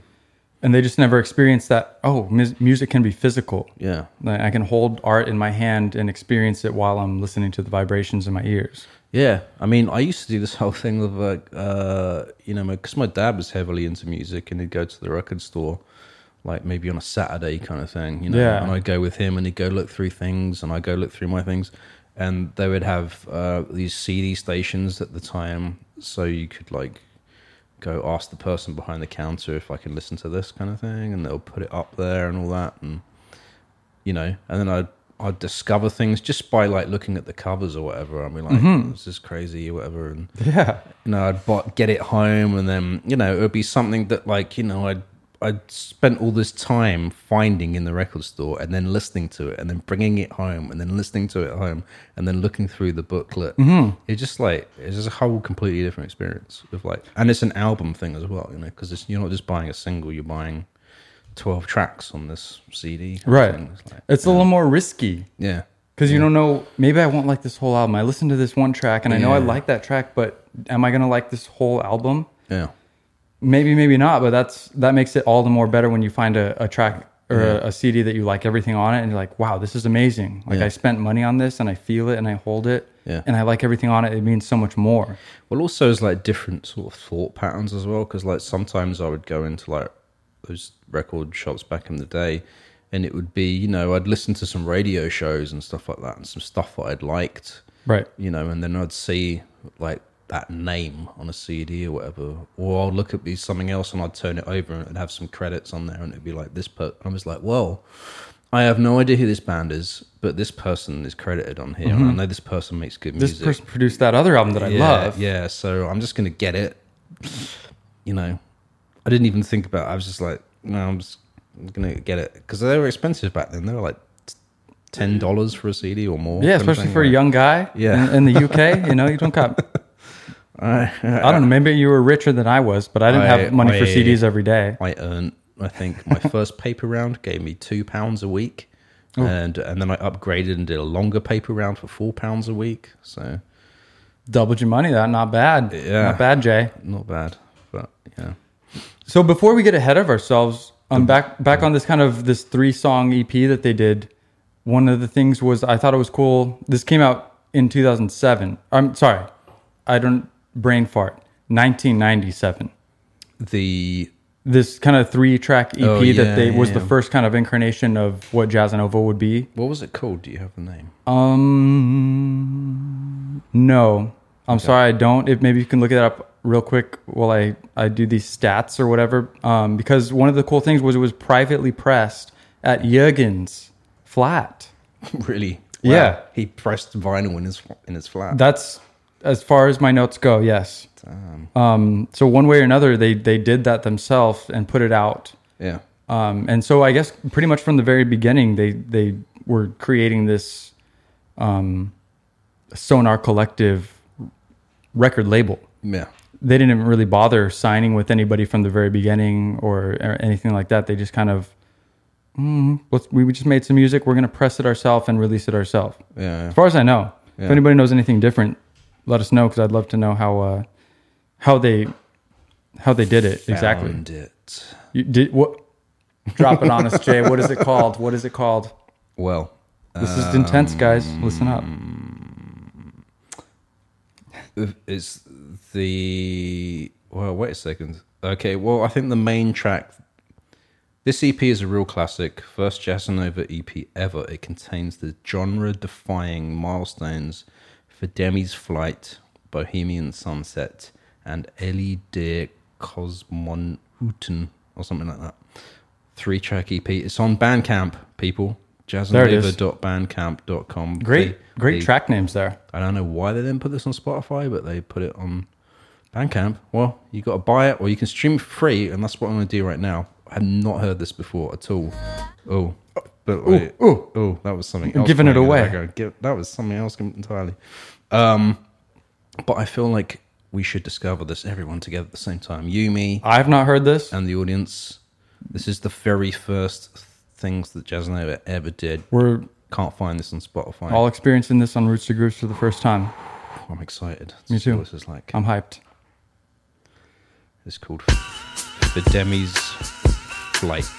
[SPEAKER 1] and they just never experienced that oh mus- music can be physical
[SPEAKER 2] yeah.
[SPEAKER 1] like i can hold art in my hand and experience it while i'm listening to the vibrations in my ears
[SPEAKER 2] Yeah, I mean, I used to do this whole thing of like, uh, you know, because my dad was heavily into music, and he'd go to the record store, like maybe on a Saturday kind of thing, you know.
[SPEAKER 1] Yeah.
[SPEAKER 2] And I'd go with him, and he'd go look through things, and I would go look through my things, and they would have uh, these CD stations at the time, so you could like go ask the person behind the counter if I can listen to this kind of thing, and they'll put it up there and all that, and you know, and then I'd I'd discover things just by like looking at the covers or whatever. I'd be like, this is crazy or whatever, and
[SPEAKER 1] Mm-hmm. yeah
[SPEAKER 2] you know, I'd bu- get it home, and then you know, it would be something that like you know, I'd I'd spent all this time finding in the record store, and then listening to it, and then bringing it home, and then listening to it at home, and then looking through the booklet.
[SPEAKER 1] Mm-hmm.
[SPEAKER 2] It's just like it's just a whole completely different experience of like, and it's an album thing as well, you know, because you're not just buying a single, you're buying. 12 tracks on this CD. kind of
[SPEAKER 1] Right.
[SPEAKER 2] thing. It's like-
[SPEAKER 1] it's a little more risky
[SPEAKER 2] yeah.
[SPEAKER 1] because you don't know maybe i won't like this whole album i listened to this one track and i know i
[SPEAKER 2] Yeah.
[SPEAKER 1] like that track but am i going to like this whole album
[SPEAKER 2] Yeah.
[SPEAKER 1] maybe maybe not but that's that makes it all the more better when you find a, a track or a, a cd that you like everything on it and you're like wow this is amazing like
[SPEAKER 2] Yeah.
[SPEAKER 1] i spent money on this and i feel it and i hold it
[SPEAKER 2] Yeah.
[SPEAKER 1] and i like everything on it it means so much more
[SPEAKER 2] Well, also is like different sort of thought patterns as well, because like sometimes I would go into like those record shops back in the day, and it would be you know I'd listen to some radio shows and stuff like that, and some stuff that I'd liked,
[SPEAKER 1] right
[SPEAKER 2] you know, and then I'd see like that name on a CD or whatever, or I'll look at these something else and I'd turn it over and it'd have some credits on there, and it'd be like this. Per- I was like, well, I have no idea who this band is, but this person is credited on here, and I know Mm-hmm. this person makes good
[SPEAKER 1] this
[SPEAKER 2] music.
[SPEAKER 1] person produced that other album that I
[SPEAKER 2] yeah,
[SPEAKER 1] love.
[SPEAKER 2] Yeah, so I'm just gonna get it. You know, I didn't even think about. it. I was just like, no, I'm just gonna get it because they were expensive back then. They were like ten dollars for a CD or more.
[SPEAKER 1] Yeah,
[SPEAKER 2] kind of
[SPEAKER 1] especially
[SPEAKER 2] thing,
[SPEAKER 1] for a
[SPEAKER 2] like-
[SPEAKER 1] young guy
[SPEAKER 2] Yeah.
[SPEAKER 1] in, in the UK. You know, you don't got. I don't know. Maybe you were richer than I was, but I didn't
[SPEAKER 2] I-
[SPEAKER 1] have money for
[SPEAKER 2] I-
[SPEAKER 1] CDs every day.
[SPEAKER 2] I earned, I think, my first paper round gave me two pounds a week,
[SPEAKER 1] Oh.
[SPEAKER 2] and and then I upgraded and did a longer paper round for four pounds a week. So
[SPEAKER 1] Doubled your money. That not bad.
[SPEAKER 2] Yeah.
[SPEAKER 1] Not bad, Jay.
[SPEAKER 2] not bad, but yeah,
[SPEAKER 1] So before we get ahead of ourselves, um, back back on this kind of this three song EP that they did. One of the things was I thought it was cool. This came out in 2007. I'm sorry, I don't brain fart. 1997.
[SPEAKER 2] the
[SPEAKER 1] This kind of three track EP
[SPEAKER 2] Oh,
[SPEAKER 1] that
[SPEAKER 2] yeah,
[SPEAKER 1] they
[SPEAKER 2] yeah,
[SPEAKER 1] was the
[SPEAKER 2] yeah.
[SPEAKER 1] first kind of incarnation of what Jazz and Ovo would be.
[SPEAKER 2] what was it called? Do you have the name?
[SPEAKER 1] Um, no, I'm sorry, I don't. If maybe you can look it up real quick while I I do these stats or whatever. Um, because one of the cool things was it was privately pressed at Jurgen's flat.
[SPEAKER 2] Really?
[SPEAKER 1] Yeah.
[SPEAKER 2] He pressed vinyl in his in his flat.
[SPEAKER 1] That's as far as my notes go. Yes. Um, so one way or another, they they did that themselves and put it out.
[SPEAKER 2] yeah.
[SPEAKER 1] Um, and so I guess pretty much from the very beginning, they they were creating this um, Sonar Collective record label.
[SPEAKER 2] Yeah.
[SPEAKER 1] They didn't even really bother signing with anybody from the very beginning or, or anything like that. They just kind of, mm, let's, we just made some music. We're going to press it ourselves and release it ourselves.
[SPEAKER 2] Yeah.
[SPEAKER 1] As far as I know, if
[SPEAKER 2] Yeah.
[SPEAKER 1] anybody knows anything different, let us know because I'd love to know how uh, how they how they did it exactly.
[SPEAKER 2] Found it.
[SPEAKER 1] You did what? Drop it on us, Jay. What is it called? What is it called?
[SPEAKER 2] Well,
[SPEAKER 1] This is intense, guys. Listen up.
[SPEAKER 2] it's the well wait a second okay well i think the main track this ep is a real classic first jazzanova ep ever it contains the genre defying milestones for demi's flight bohemian sunset and elie de cosmonauten or something like that three track ep it's on bandcamp people
[SPEAKER 1] There it is.
[SPEAKER 2] jazzanova.bandcamp.com
[SPEAKER 1] Great, great
[SPEAKER 2] track.
[SPEAKER 1] track names there.
[SPEAKER 2] I don't know why they didn't put this on Spotify, but they put it on Bandcamp. Well, you got to buy it, or you can stream it free, and that's what I'm going to do right now. I have not heard this before at all. Oh, but wait.
[SPEAKER 1] ooh.
[SPEAKER 2] oh, that was something. Else
[SPEAKER 1] giving it
[SPEAKER 2] playing in the
[SPEAKER 1] away.
[SPEAKER 2] background. Give- That was something else entirely. Um, but I feel like we should discover this everyone together at the same time. You, me,
[SPEAKER 1] I have not heard this.
[SPEAKER 2] and the audience. This is the very first things that Jazz Nova ever did.
[SPEAKER 1] We're Oh.
[SPEAKER 2] Can't find this on Spotify.
[SPEAKER 1] all experiencing this on Roots to Grooves for the first time.
[SPEAKER 2] I'm excited.
[SPEAKER 1] Me
[SPEAKER 2] See
[SPEAKER 1] too.
[SPEAKER 2] what This is like.
[SPEAKER 1] I'm hyped.
[SPEAKER 2] It's called The Demi's Flight.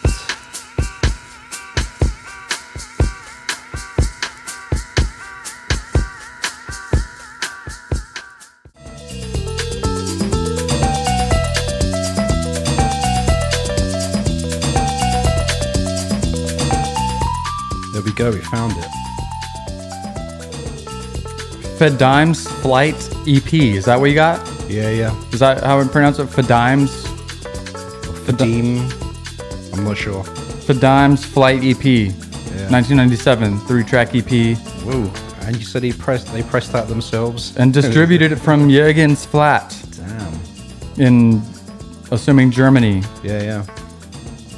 [SPEAKER 2] There we go, we found it.
[SPEAKER 1] Fed Dimes Flight EP. Is that what you got?
[SPEAKER 2] Yeah, yeah.
[SPEAKER 1] Is that how I pronounce it? Fed Dimes.
[SPEAKER 2] Fadim. I'm not sure.
[SPEAKER 1] Fed Dimes Flight E EP. 1997 three track EP.
[SPEAKER 2] Whoa. And you said he pressed they pressed that themselves?
[SPEAKER 1] and distributed it from Jürgen's flat
[SPEAKER 2] Damn.
[SPEAKER 1] in, assuming Germany.
[SPEAKER 2] Yeah, yeah.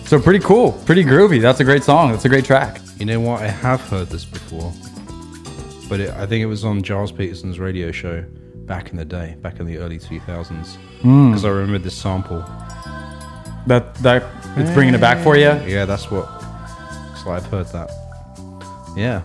[SPEAKER 1] So pretty cool, pretty groovy. That's a great song. That's a great track.
[SPEAKER 2] You know what? I have heard this before, but it, I think it was on Giles Peterson's radio show back in the day, back in the early 2000s,
[SPEAKER 1] Hmm.
[SPEAKER 2] because I remember this sample.
[SPEAKER 1] That that it's bringing it back for you.
[SPEAKER 2] Yeah, that's what. So I've heard that. Yeah,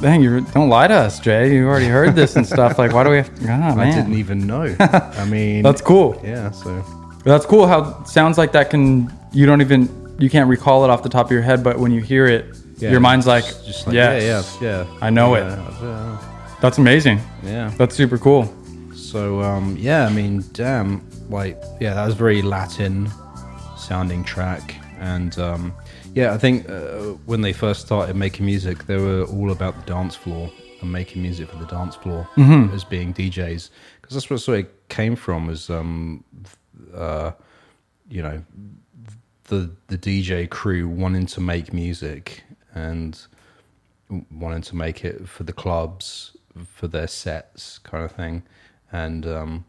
[SPEAKER 1] Dang, you don't lie to us, Jay. You already heard this and stuff. Like, why do we have? To, ah,
[SPEAKER 2] I didn't e-
[SPEAKER 1] man,
[SPEAKER 2] even know. I mean,
[SPEAKER 1] that's cool.
[SPEAKER 2] yeah. So
[SPEAKER 1] That's cool. How sounds like that can you don't even you can't recall it off the top of your head, but when you hear it,
[SPEAKER 2] yeah,
[SPEAKER 1] your mind's like,
[SPEAKER 2] just- just
[SPEAKER 1] yes.
[SPEAKER 2] yeah, yeah, yeah.
[SPEAKER 1] I know it.
[SPEAKER 2] it.
[SPEAKER 1] That's amazing.
[SPEAKER 2] Yeah.
[SPEAKER 1] That's super cool.
[SPEAKER 2] So um, yeah, I mean, damn, like yeah, that was very Latin sounding track, and um, yeah, I think uh, when they first started making music, they were all about the dance floor and making music for the dance floor as being DJs, because that's where it sort of came from, was um, uh, you know, the the DJ crew wanting to make music and wanting to make it for the clubs for their sets kind of thing and um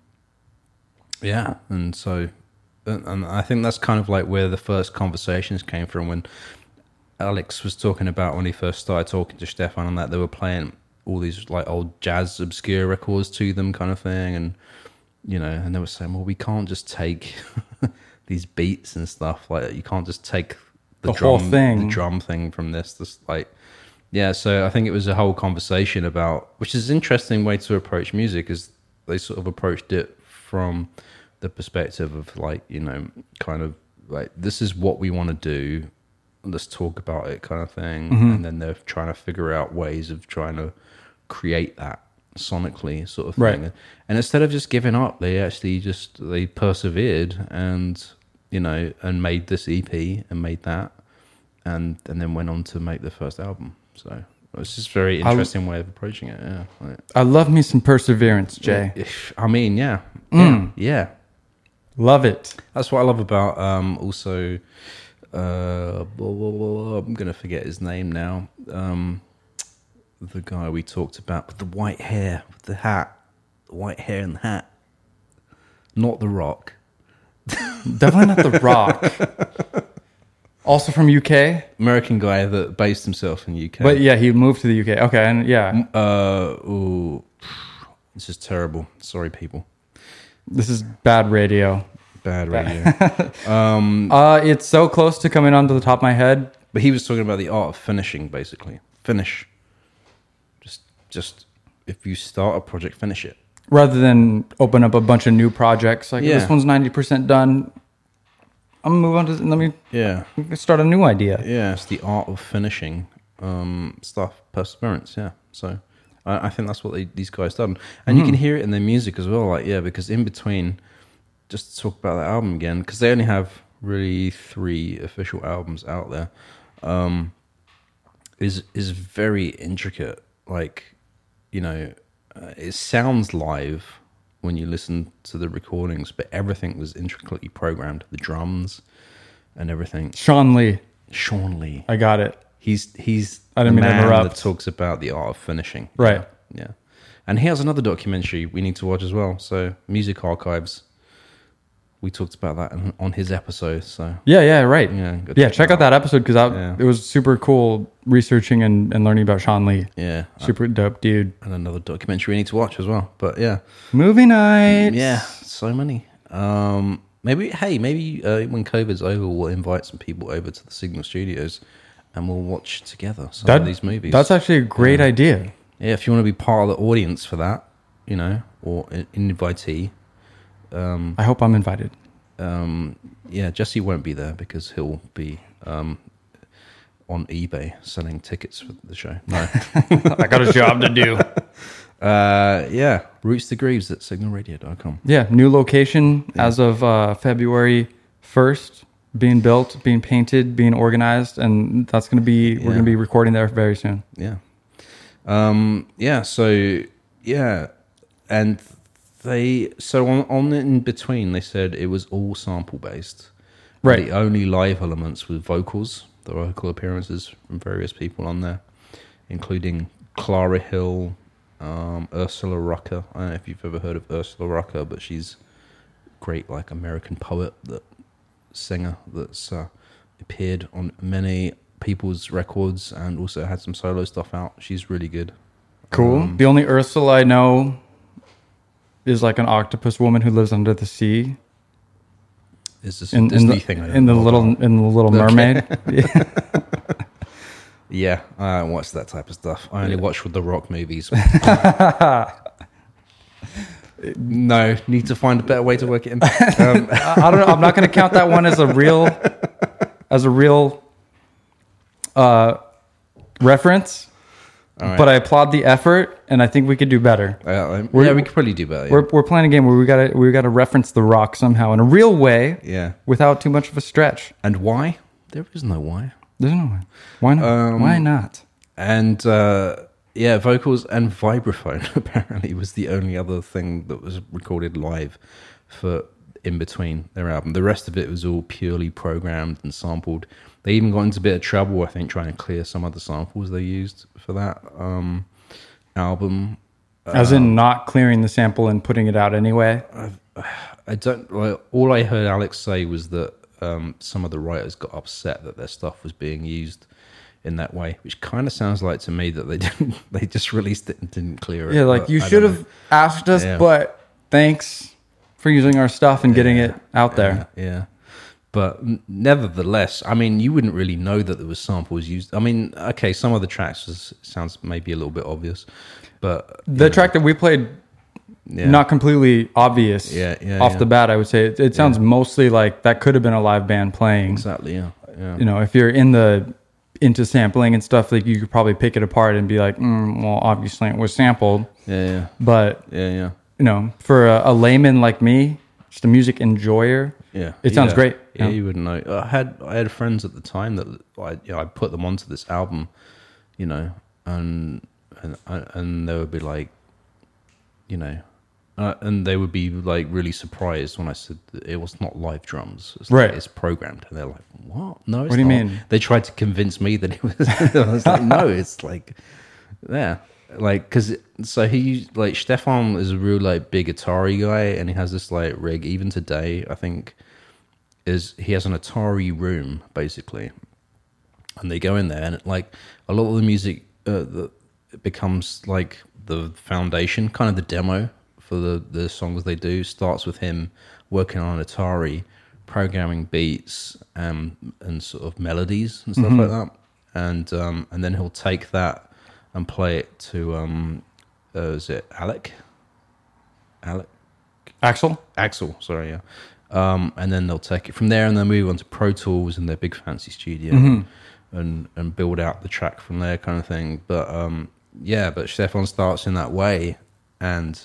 [SPEAKER 2] yeah and so and, and i think that's kind of like where the first conversations came from when alex was talking about when he first started talking to stefan and that they were playing all these like old jazz obscure records to them kind of thing and you know and they were saying well we can't just take these beats and stuff like you can't just take the,
[SPEAKER 1] The whole
[SPEAKER 2] drum
[SPEAKER 1] thing.
[SPEAKER 2] the drum thing from this this like yeah so i think it was a whole conversation about which is an interesting way to approach music is they sort of approached it from the perspective of like you know kind of like this is what we want to do let's talk about it kind of thing and then they're trying to figure out ways of trying to create that sonically sort of thing
[SPEAKER 1] Right.
[SPEAKER 2] and instead of just giving up they actually just they persevered and you know and made this ep and made that and and then went on to make the first album so it's just a very
[SPEAKER 1] I-
[SPEAKER 2] interesting way of approaching it yeah like-
[SPEAKER 1] I love me some perseverance, Jay.
[SPEAKER 2] If- i mean yeah yeah
[SPEAKER 1] Love it.
[SPEAKER 2] That's what I love about um, also. Uh, blah, blah, blah, blah, I'm gonna forget his name now. Um, the guy we talked about with the white hair, with the hat, the white hair and the hat. Not the Rock.
[SPEAKER 1] Definitely not The Rock. also from UK,
[SPEAKER 2] American guy that based himself in UK.
[SPEAKER 1] but yeah, he moved to the UK. Okay, and yeah,
[SPEAKER 2] uh, ooh, This is terrible. Sorry, people.
[SPEAKER 1] This is bad radio.
[SPEAKER 2] Bad radio.
[SPEAKER 1] Uh, it's so close to coming onto the top of my head.
[SPEAKER 2] but he was talking about the art of finishing, basically. Finish. Just, just if you start a project, finish it.
[SPEAKER 1] Rather than open up a bunch of new projects, like
[SPEAKER 2] Yeah.
[SPEAKER 1] this one's ninety percent done. I'm gonna move on to let me
[SPEAKER 2] Yeah,
[SPEAKER 1] start a new idea.
[SPEAKER 2] yeah. It's the art of finishing um, stuff. Perseverance. Yeah. So I, I think that's what they, these guys done, and you can hear it in their music as well. Like yeah, because in between, just to talk about that album again, because they only have really three official albums out there. um, is is very intricate. Like, you know, uh, it sounds live when you listen to the recordings, but everything was intricately programmed. The drums and everything.
[SPEAKER 1] Sean Lee,
[SPEAKER 2] Sean Lee,
[SPEAKER 1] I got it.
[SPEAKER 2] he's he's
[SPEAKER 1] I didn't
[SPEAKER 2] the
[SPEAKER 1] mean to
[SPEAKER 2] man
[SPEAKER 1] interrupt.
[SPEAKER 2] that talks about the art of finishing.
[SPEAKER 1] Right.
[SPEAKER 2] Yeah. yeah. And he has another documentary we need to watch as well. So, Music Archives. We talked about that on- on his episode. So,
[SPEAKER 1] Yeah, yeah, right.
[SPEAKER 2] Yeah,
[SPEAKER 1] Yeah,
[SPEAKER 2] go check
[SPEAKER 1] check
[SPEAKER 2] it
[SPEAKER 1] out that episode because
[SPEAKER 2] Yeah.
[SPEAKER 1] it was super cool researching and, and learning about Sean Lee.
[SPEAKER 2] yeah.
[SPEAKER 1] Super dope dude.
[SPEAKER 2] And another documentary we need to watch as well. But yeah.
[SPEAKER 1] Movie night.
[SPEAKER 2] Yeah, so many. Um, maybe hey, maybe uh, when COVID's over, we'll invite some people over to the Signal Studios, and we'll watch together some
[SPEAKER 1] That,
[SPEAKER 2] of these movies.
[SPEAKER 1] That's actually a great idea.
[SPEAKER 2] yeah, if you want to be part of the audience for that, you know, or an invitee. Mm.
[SPEAKER 1] I hope I'm invited.
[SPEAKER 2] Um, yeah, Jesse won't be there because he'll be um, on eBay selling tickets for the show. No.
[SPEAKER 1] I got a job to do.
[SPEAKER 2] uh, yeah, roots to grieves at signalradio.com.
[SPEAKER 1] Yeah, new location as of uh, February 1st, being built, being painted, being organized, and that's going to be we're
[SPEAKER 2] Yeah.
[SPEAKER 1] going to be recording there very soon.
[SPEAKER 2] yeah um yeah so yeah and they so on on in between they said it was all sample based
[SPEAKER 1] Right.
[SPEAKER 2] the only live elements were vocals the vocal appearances from various people on there including clara hill um ursula rucker i don't know if you've ever heard of ursula rucker but she's great like american poet that singer that's uh, appeared on many people's records and also had some solo stuff out. She's really good.
[SPEAKER 1] Cool.
[SPEAKER 2] Um,
[SPEAKER 1] the only Ursula I know is like an octopus woman who lives under the sea
[SPEAKER 2] It's just
[SPEAKER 1] in,
[SPEAKER 2] a
[SPEAKER 1] in
[SPEAKER 2] Disney
[SPEAKER 1] the,
[SPEAKER 2] thing. I don't
[SPEAKER 1] in the
[SPEAKER 2] know
[SPEAKER 1] little
[SPEAKER 2] about.
[SPEAKER 1] in the Little
[SPEAKER 2] Okay.
[SPEAKER 1] Mermaid. Yeah.
[SPEAKER 2] Yeah, I don't watch that type of stuff. I only watch with the Rock movies. no, need to find a better way to work it in. Um,
[SPEAKER 1] I I don't know. I'm not going to count that one as a real as a real uh, reference.
[SPEAKER 2] all right.
[SPEAKER 1] But I applaud the effort, and I think we could do better.
[SPEAKER 2] Uh, um,
[SPEAKER 1] We're-
[SPEAKER 2] yeah, we could probably do better. yeah.
[SPEAKER 1] We're, we're playing a game where we got to we got to reference the rock somehow in a real way
[SPEAKER 2] yeah,
[SPEAKER 1] without too much of a stretch.
[SPEAKER 2] and why? There is no why.
[SPEAKER 1] There's no way. Why not?
[SPEAKER 2] Um,
[SPEAKER 1] Why not?
[SPEAKER 2] and uh, yeah, vocals and vibraphone apparently was the only other thing that was recorded live for in between their album. The rest of it was all purely programmed and sampled. They even got into a bit of trouble, I think, trying to clear some of the samples they used for that um, album.
[SPEAKER 1] As in not clearing the sample and putting it out anyway.
[SPEAKER 2] Uh, I don't. Like, all I heard Alex say was that um, some of the writers got upset that their stuff was being used in that way, which kind of sounds like to me that they didn't. They just released it and didn't clear it.
[SPEAKER 1] Yeah, like
[SPEAKER 2] but
[SPEAKER 1] you
[SPEAKER 2] uh, I don't
[SPEAKER 1] should
[SPEAKER 2] know.
[SPEAKER 1] have asked us,
[SPEAKER 2] Yeah.
[SPEAKER 1] but thanks for using our stuff and getting it out there.
[SPEAKER 2] Yeah, yeah. But n- nevertheless, I mean, you wouldn't really know that there was samples used. I mean, okay, some of the tracks is, sounds maybe a little bit obvious, but
[SPEAKER 1] The track that we played,
[SPEAKER 2] yeah,
[SPEAKER 1] not completely obvious.
[SPEAKER 2] Yeah, yeah,
[SPEAKER 1] off
[SPEAKER 2] yeah.
[SPEAKER 1] the bat, I would say it, it sounds mostly like that could have been a live band playing.
[SPEAKER 2] exactly. Yeah, yeah,
[SPEAKER 1] you know, if you're in the into sampling and stuff, like you could probably pick it apart and be like, mm, well, obviously it was sampled,
[SPEAKER 2] yeah, yeah,
[SPEAKER 1] but
[SPEAKER 2] yeah, yeah.
[SPEAKER 1] you know, for a, a layman like me, just a music enjoyer,
[SPEAKER 2] Yeah,
[SPEAKER 1] it sounds
[SPEAKER 2] Yeah.
[SPEAKER 1] great.
[SPEAKER 2] Yeah,
[SPEAKER 1] Yeah.
[SPEAKER 2] you wouldn't know. I had I had friends at the time that I you know I put them onto this album, you know, and and and they would be like, you know, uh, and they would be like really surprised when I said that it was not live drums, it's
[SPEAKER 1] Right.
[SPEAKER 2] Like, it's programmed, and they're like, what? No, it's
[SPEAKER 1] What do you
[SPEAKER 2] not."
[SPEAKER 1] mean?
[SPEAKER 2] They tried to convince me that it was. I was like, no, it's like, yeah, like because so he like Stefan is a real like big Atari guy, and he has this like rig even today. I think is he has an Atari room basically, and they go in there and like a lot of the music uh, that becomes like the foundation, kind of the demo for the the songs they do starts with him working on Atari, programming beats and and sort of melodies and stuff like that, and um, and then he'll take that and play it to um, uh, is it Alec, Alec
[SPEAKER 1] Axel?
[SPEAKER 2] Axel, sorry, yeah. Um, and then they'll take it from there, and then move on to Pro Tools and their big fancy studio, and and build out the track from there, kind of thing. But um, yeah, but Stefan starts in that way, and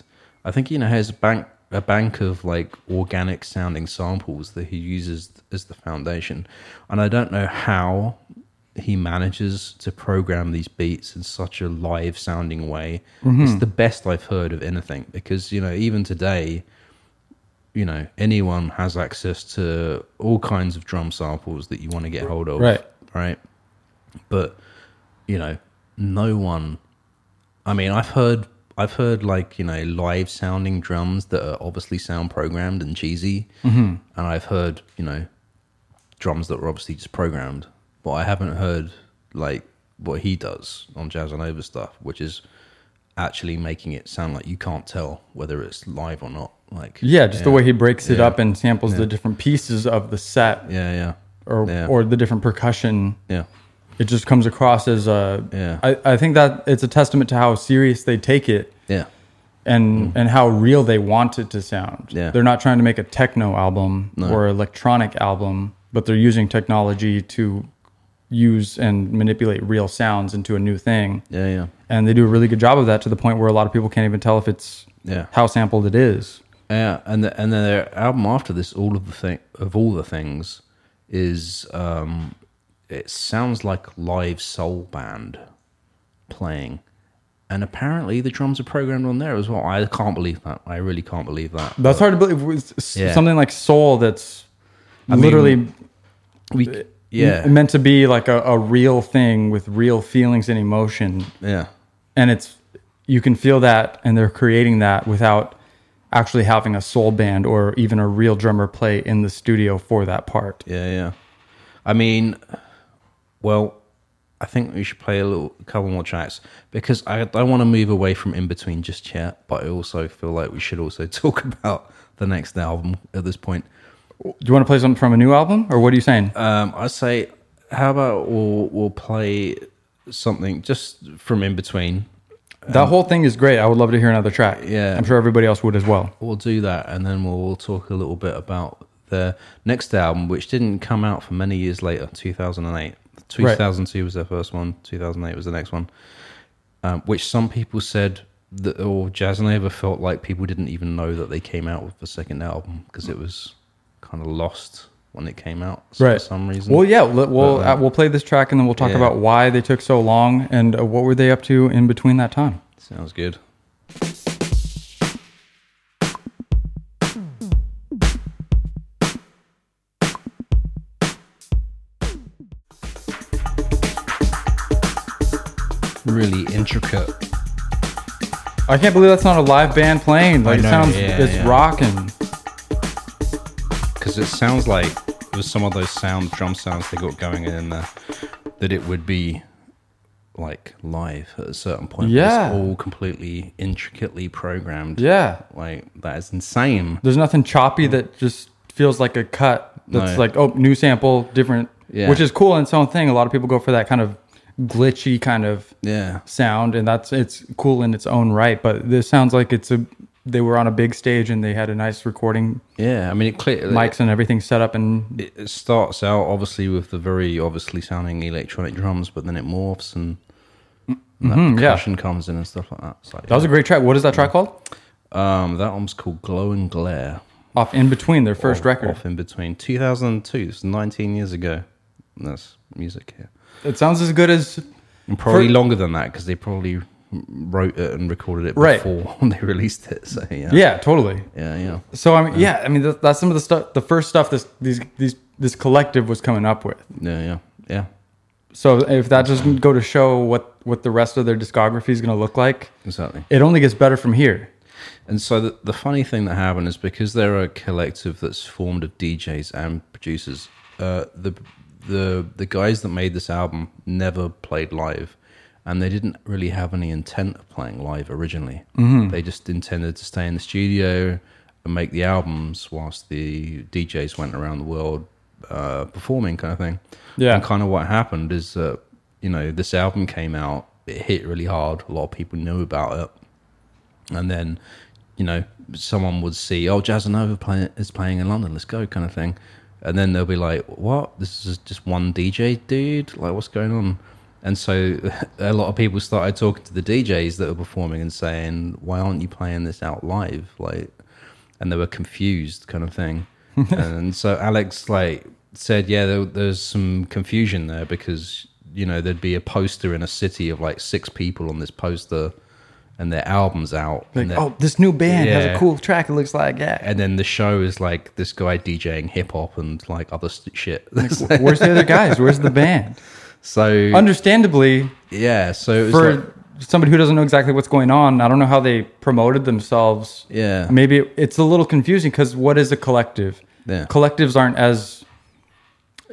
[SPEAKER 2] I think you know has a bank a bank of like organic sounding samples that he uses as the foundation, and I don't know how he manages to program these beats in such a live sounding way. It's the best I've heard of anything because you know even today you know anyone has access to all kinds of drum samples that you want to get hold of
[SPEAKER 1] Right.
[SPEAKER 2] right but you know no one i mean i've heard i've heard like you know live sounding drums that are obviously sound programmed and cheesy mm-hmm. and i've heard you know drums that were obviously just programmed but i haven't heard like what he does on jazz and over stuff which is actually making it sound like you can't tell whether it's live or not like
[SPEAKER 1] Yeah, just the way he breaks it
[SPEAKER 2] Yeah.
[SPEAKER 1] up and samples the different pieces of the set
[SPEAKER 2] yeah yeah
[SPEAKER 1] or
[SPEAKER 2] Yeah.
[SPEAKER 1] or the different percussion.
[SPEAKER 2] yeah
[SPEAKER 1] It just comes across as a.
[SPEAKER 2] Yeah.
[SPEAKER 1] I, I think that it's a testament to how serious they take it
[SPEAKER 2] yeah
[SPEAKER 1] and and how real they want it to sound.
[SPEAKER 2] Hmm. Yeah.
[SPEAKER 1] They're not trying to make a techno album or electronic album, but they're using technology to use and manipulate real sounds into a new thing.
[SPEAKER 2] yeah yeah
[SPEAKER 1] And they do a really good job of that to the point where a lot of people can't even tell if it's
[SPEAKER 2] Yeah.
[SPEAKER 1] how sampled it is.
[SPEAKER 2] Yeah, and the, and then their album after this, all of the thing of all the things, is um, it sounds like live soul band playing, and apparently the drums are programmed on there as well. I can't believe that. I really can't believe that.
[SPEAKER 1] That's hard to believe. With s-
[SPEAKER 2] Yeah.
[SPEAKER 1] Something like Soul that's literally
[SPEAKER 2] We yeah
[SPEAKER 1] meant to be like a, a real thing with real feelings and emotion.
[SPEAKER 2] yeah
[SPEAKER 1] And it's, you can feel that and they're creating that without actually having a soul band or even a real drummer play in the studio for that part.
[SPEAKER 2] yeah yeah. I mean, well, I think we should play a little a couple more tracks because I I want to move away from in between just yet, but I also feel like we should also talk about the next album at this point.
[SPEAKER 1] Do you want to play something from a new album or what are you saying?
[SPEAKER 2] Um, I say, how about we'll, we'll play something just from in between.
[SPEAKER 1] that whole thing is great. I would love to hear another track.
[SPEAKER 2] Yeah.
[SPEAKER 1] I'm sure everybody else would as well.
[SPEAKER 2] We'll do that, and then we'll, we'll talk a little bit about their next album, which didn't come out for many years later. Two thousand and eight, two thousand two was their first one. Two thousand eight was the next one, um, which some people said that or Jazzanova felt like people didn't even know that they came out with the second album because it was kind of lost when it came out for
[SPEAKER 1] Right.
[SPEAKER 2] some reason.
[SPEAKER 1] Well, yeah, let- we'll
[SPEAKER 2] But, uh,
[SPEAKER 1] uh, we'll play this track and then we'll talk
[SPEAKER 2] yeah.
[SPEAKER 1] about why they took so long and uh, what were they up to in between that time.
[SPEAKER 2] Sounds good. Really intricate.
[SPEAKER 1] I can't believe that's not a live band playing. Like
[SPEAKER 2] know,
[SPEAKER 1] it sounds,
[SPEAKER 2] yeah,
[SPEAKER 1] it's
[SPEAKER 2] yeah.
[SPEAKER 1] rocking.
[SPEAKER 2] because it sounds like it was some of those sound drum sounds they got going in there that it would be like live at a certain point. but
[SPEAKER 1] Yeah.
[SPEAKER 2] it's all completely intricately programmed.
[SPEAKER 1] Yeah,
[SPEAKER 2] like that is insane.
[SPEAKER 1] there's nothing
[SPEAKER 2] Mm.
[SPEAKER 1] choppy that just feels like a cut. That's
[SPEAKER 2] No.
[SPEAKER 1] like oh, new sample, different,
[SPEAKER 2] Yeah.
[SPEAKER 1] which is cool in its own thing. A lot of people go for that kind of glitchy kind of
[SPEAKER 2] Yeah,
[SPEAKER 1] sound, and that's it's cool in its own right. But this sounds like it's a they were on a big stage and they had a nice recording
[SPEAKER 2] yeah. I mean, it clearly
[SPEAKER 1] mics and everything set up and
[SPEAKER 2] it it starts out obviously with the very obviously sounding electronic drums, but then it morphs and, and that
[SPEAKER 1] Mm-hmm, yeah.
[SPEAKER 2] percussion comes in and stuff like that. It's like,
[SPEAKER 1] that was a great track. What is that track called?
[SPEAKER 2] um, that one's called Glow and Glare.
[SPEAKER 1] Off in between their first
[SPEAKER 2] Off-
[SPEAKER 1] record.
[SPEAKER 2] off in between 2002, it's 19 years ago. And That's music here,
[SPEAKER 1] It sounds as good as
[SPEAKER 2] and probably
[SPEAKER 1] For-
[SPEAKER 2] longer than that because they probably wrote it and recorded it
[SPEAKER 1] Right.
[SPEAKER 2] before they released it. So yeah,
[SPEAKER 1] yeah, totally.
[SPEAKER 2] yeah, yeah.
[SPEAKER 1] So I mean, yeah, I mean that, that's some of the stuff, the first stuff this these these this collective was coming up with.
[SPEAKER 2] yeah, yeah. yeah.
[SPEAKER 1] So if that doesn't go to show what what the rest of their discography is going to look like,
[SPEAKER 2] Exactly.
[SPEAKER 1] it only gets better from here.
[SPEAKER 2] And so the, the funny thing that happened is because they're a collective that's formed of DJs and producers, uh, the the the guys that made this album never played live, and they didn't really have any intent of playing live originally. They just intended to stay in the studio and make the albums whilst the DJs went around the world uh, performing, kind of thing.
[SPEAKER 1] Yeah.
[SPEAKER 2] And kind of what happened is that you know this album came out, it hit really hard. A lot of people knew about it and then you know someone would see oh jazz and nova play, is playing in london let's go kind of thing and then they'll be like what this is just one dj dude like what's going on and so a lot of people started talking to the djs that were performing and saying why aren't you playing this out live like and they were confused kind of thing and so alex like said yeah there, there's some confusion there because you know there'd be a poster in a city of like six people on this poster and their album's out
[SPEAKER 1] Like,
[SPEAKER 2] and they're-
[SPEAKER 1] oh, this new band has
[SPEAKER 2] Yeah.
[SPEAKER 1] a cool track. It looks like yeah.
[SPEAKER 2] and then the show is like this guy DJing hip hop and like other st- shit.
[SPEAKER 1] Where's the other guys? Where's the band?
[SPEAKER 2] so
[SPEAKER 1] Understandably,
[SPEAKER 2] yeah, so it was
[SPEAKER 1] for
[SPEAKER 2] like-
[SPEAKER 1] somebody who doesn't know exactly what's going on, I don't know how they promoted themselves.
[SPEAKER 2] yeah,
[SPEAKER 1] Maybe it- it's a little confusing because what is a collective?
[SPEAKER 2] Yeah.
[SPEAKER 1] Collectives aren't as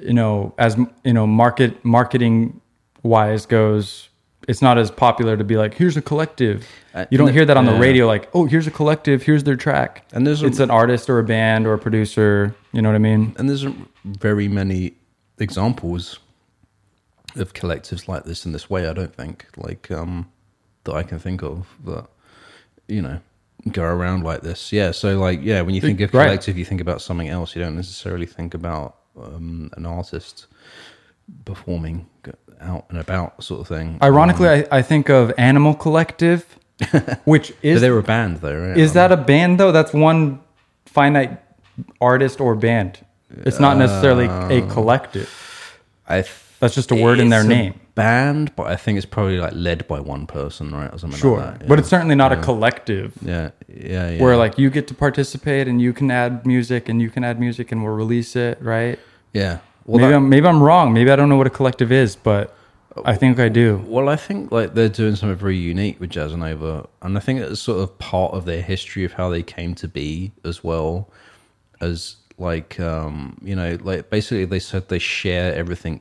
[SPEAKER 1] you know as you know market marketing wise goes. It's not as popular to be like, here's a collective.
[SPEAKER 2] Uh,
[SPEAKER 1] You don't
[SPEAKER 2] n-
[SPEAKER 1] hear that on the
[SPEAKER 2] yeah.
[SPEAKER 1] radio, like, oh, here's a collective, here's their track.
[SPEAKER 2] And there's a-
[SPEAKER 1] it's an artist or a band or a producer. You know what I mean?
[SPEAKER 2] and there's very many examples of collectives like this in this way. I don't think like um that I can think of that you know go around like this. Yeah, so like yeah, when you think of
[SPEAKER 1] Right.
[SPEAKER 2] collective, you think about something else. You don't necessarily think about um, an artist performing g- out and about sort of thing. Um,
[SPEAKER 1] Ironically, I, I think of Animal Collective, which
[SPEAKER 2] But
[SPEAKER 1] is
[SPEAKER 2] they were a band though, right?
[SPEAKER 1] is that a band though? That's one finite artist or band. It's not necessarily
[SPEAKER 2] Oh.
[SPEAKER 1] a collective.
[SPEAKER 2] Um, I th-
[SPEAKER 1] That's just a word in their
[SPEAKER 2] it's a
[SPEAKER 1] name.
[SPEAKER 2] band, but I think it's probably like led by one person, right, or something
[SPEAKER 1] Sure,
[SPEAKER 2] like that.
[SPEAKER 1] but it's certainly not a collective
[SPEAKER 2] yeah, yeah, yeah.
[SPEAKER 1] where like you get to participate and you can add music and you can add music and we'll release it, right?
[SPEAKER 2] yeah. Well,
[SPEAKER 1] maybe
[SPEAKER 2] that-
[SPEAKER 1] I'm maybe I'm wrong. Maybe I don't know what a collective is, but I think I do.
[SPEAKER 2] well, I think like they're doing something very unique with Jazz and Nova, and I think it's sort of part of their history of how they came to be as well as like um you know like basically they said they share everything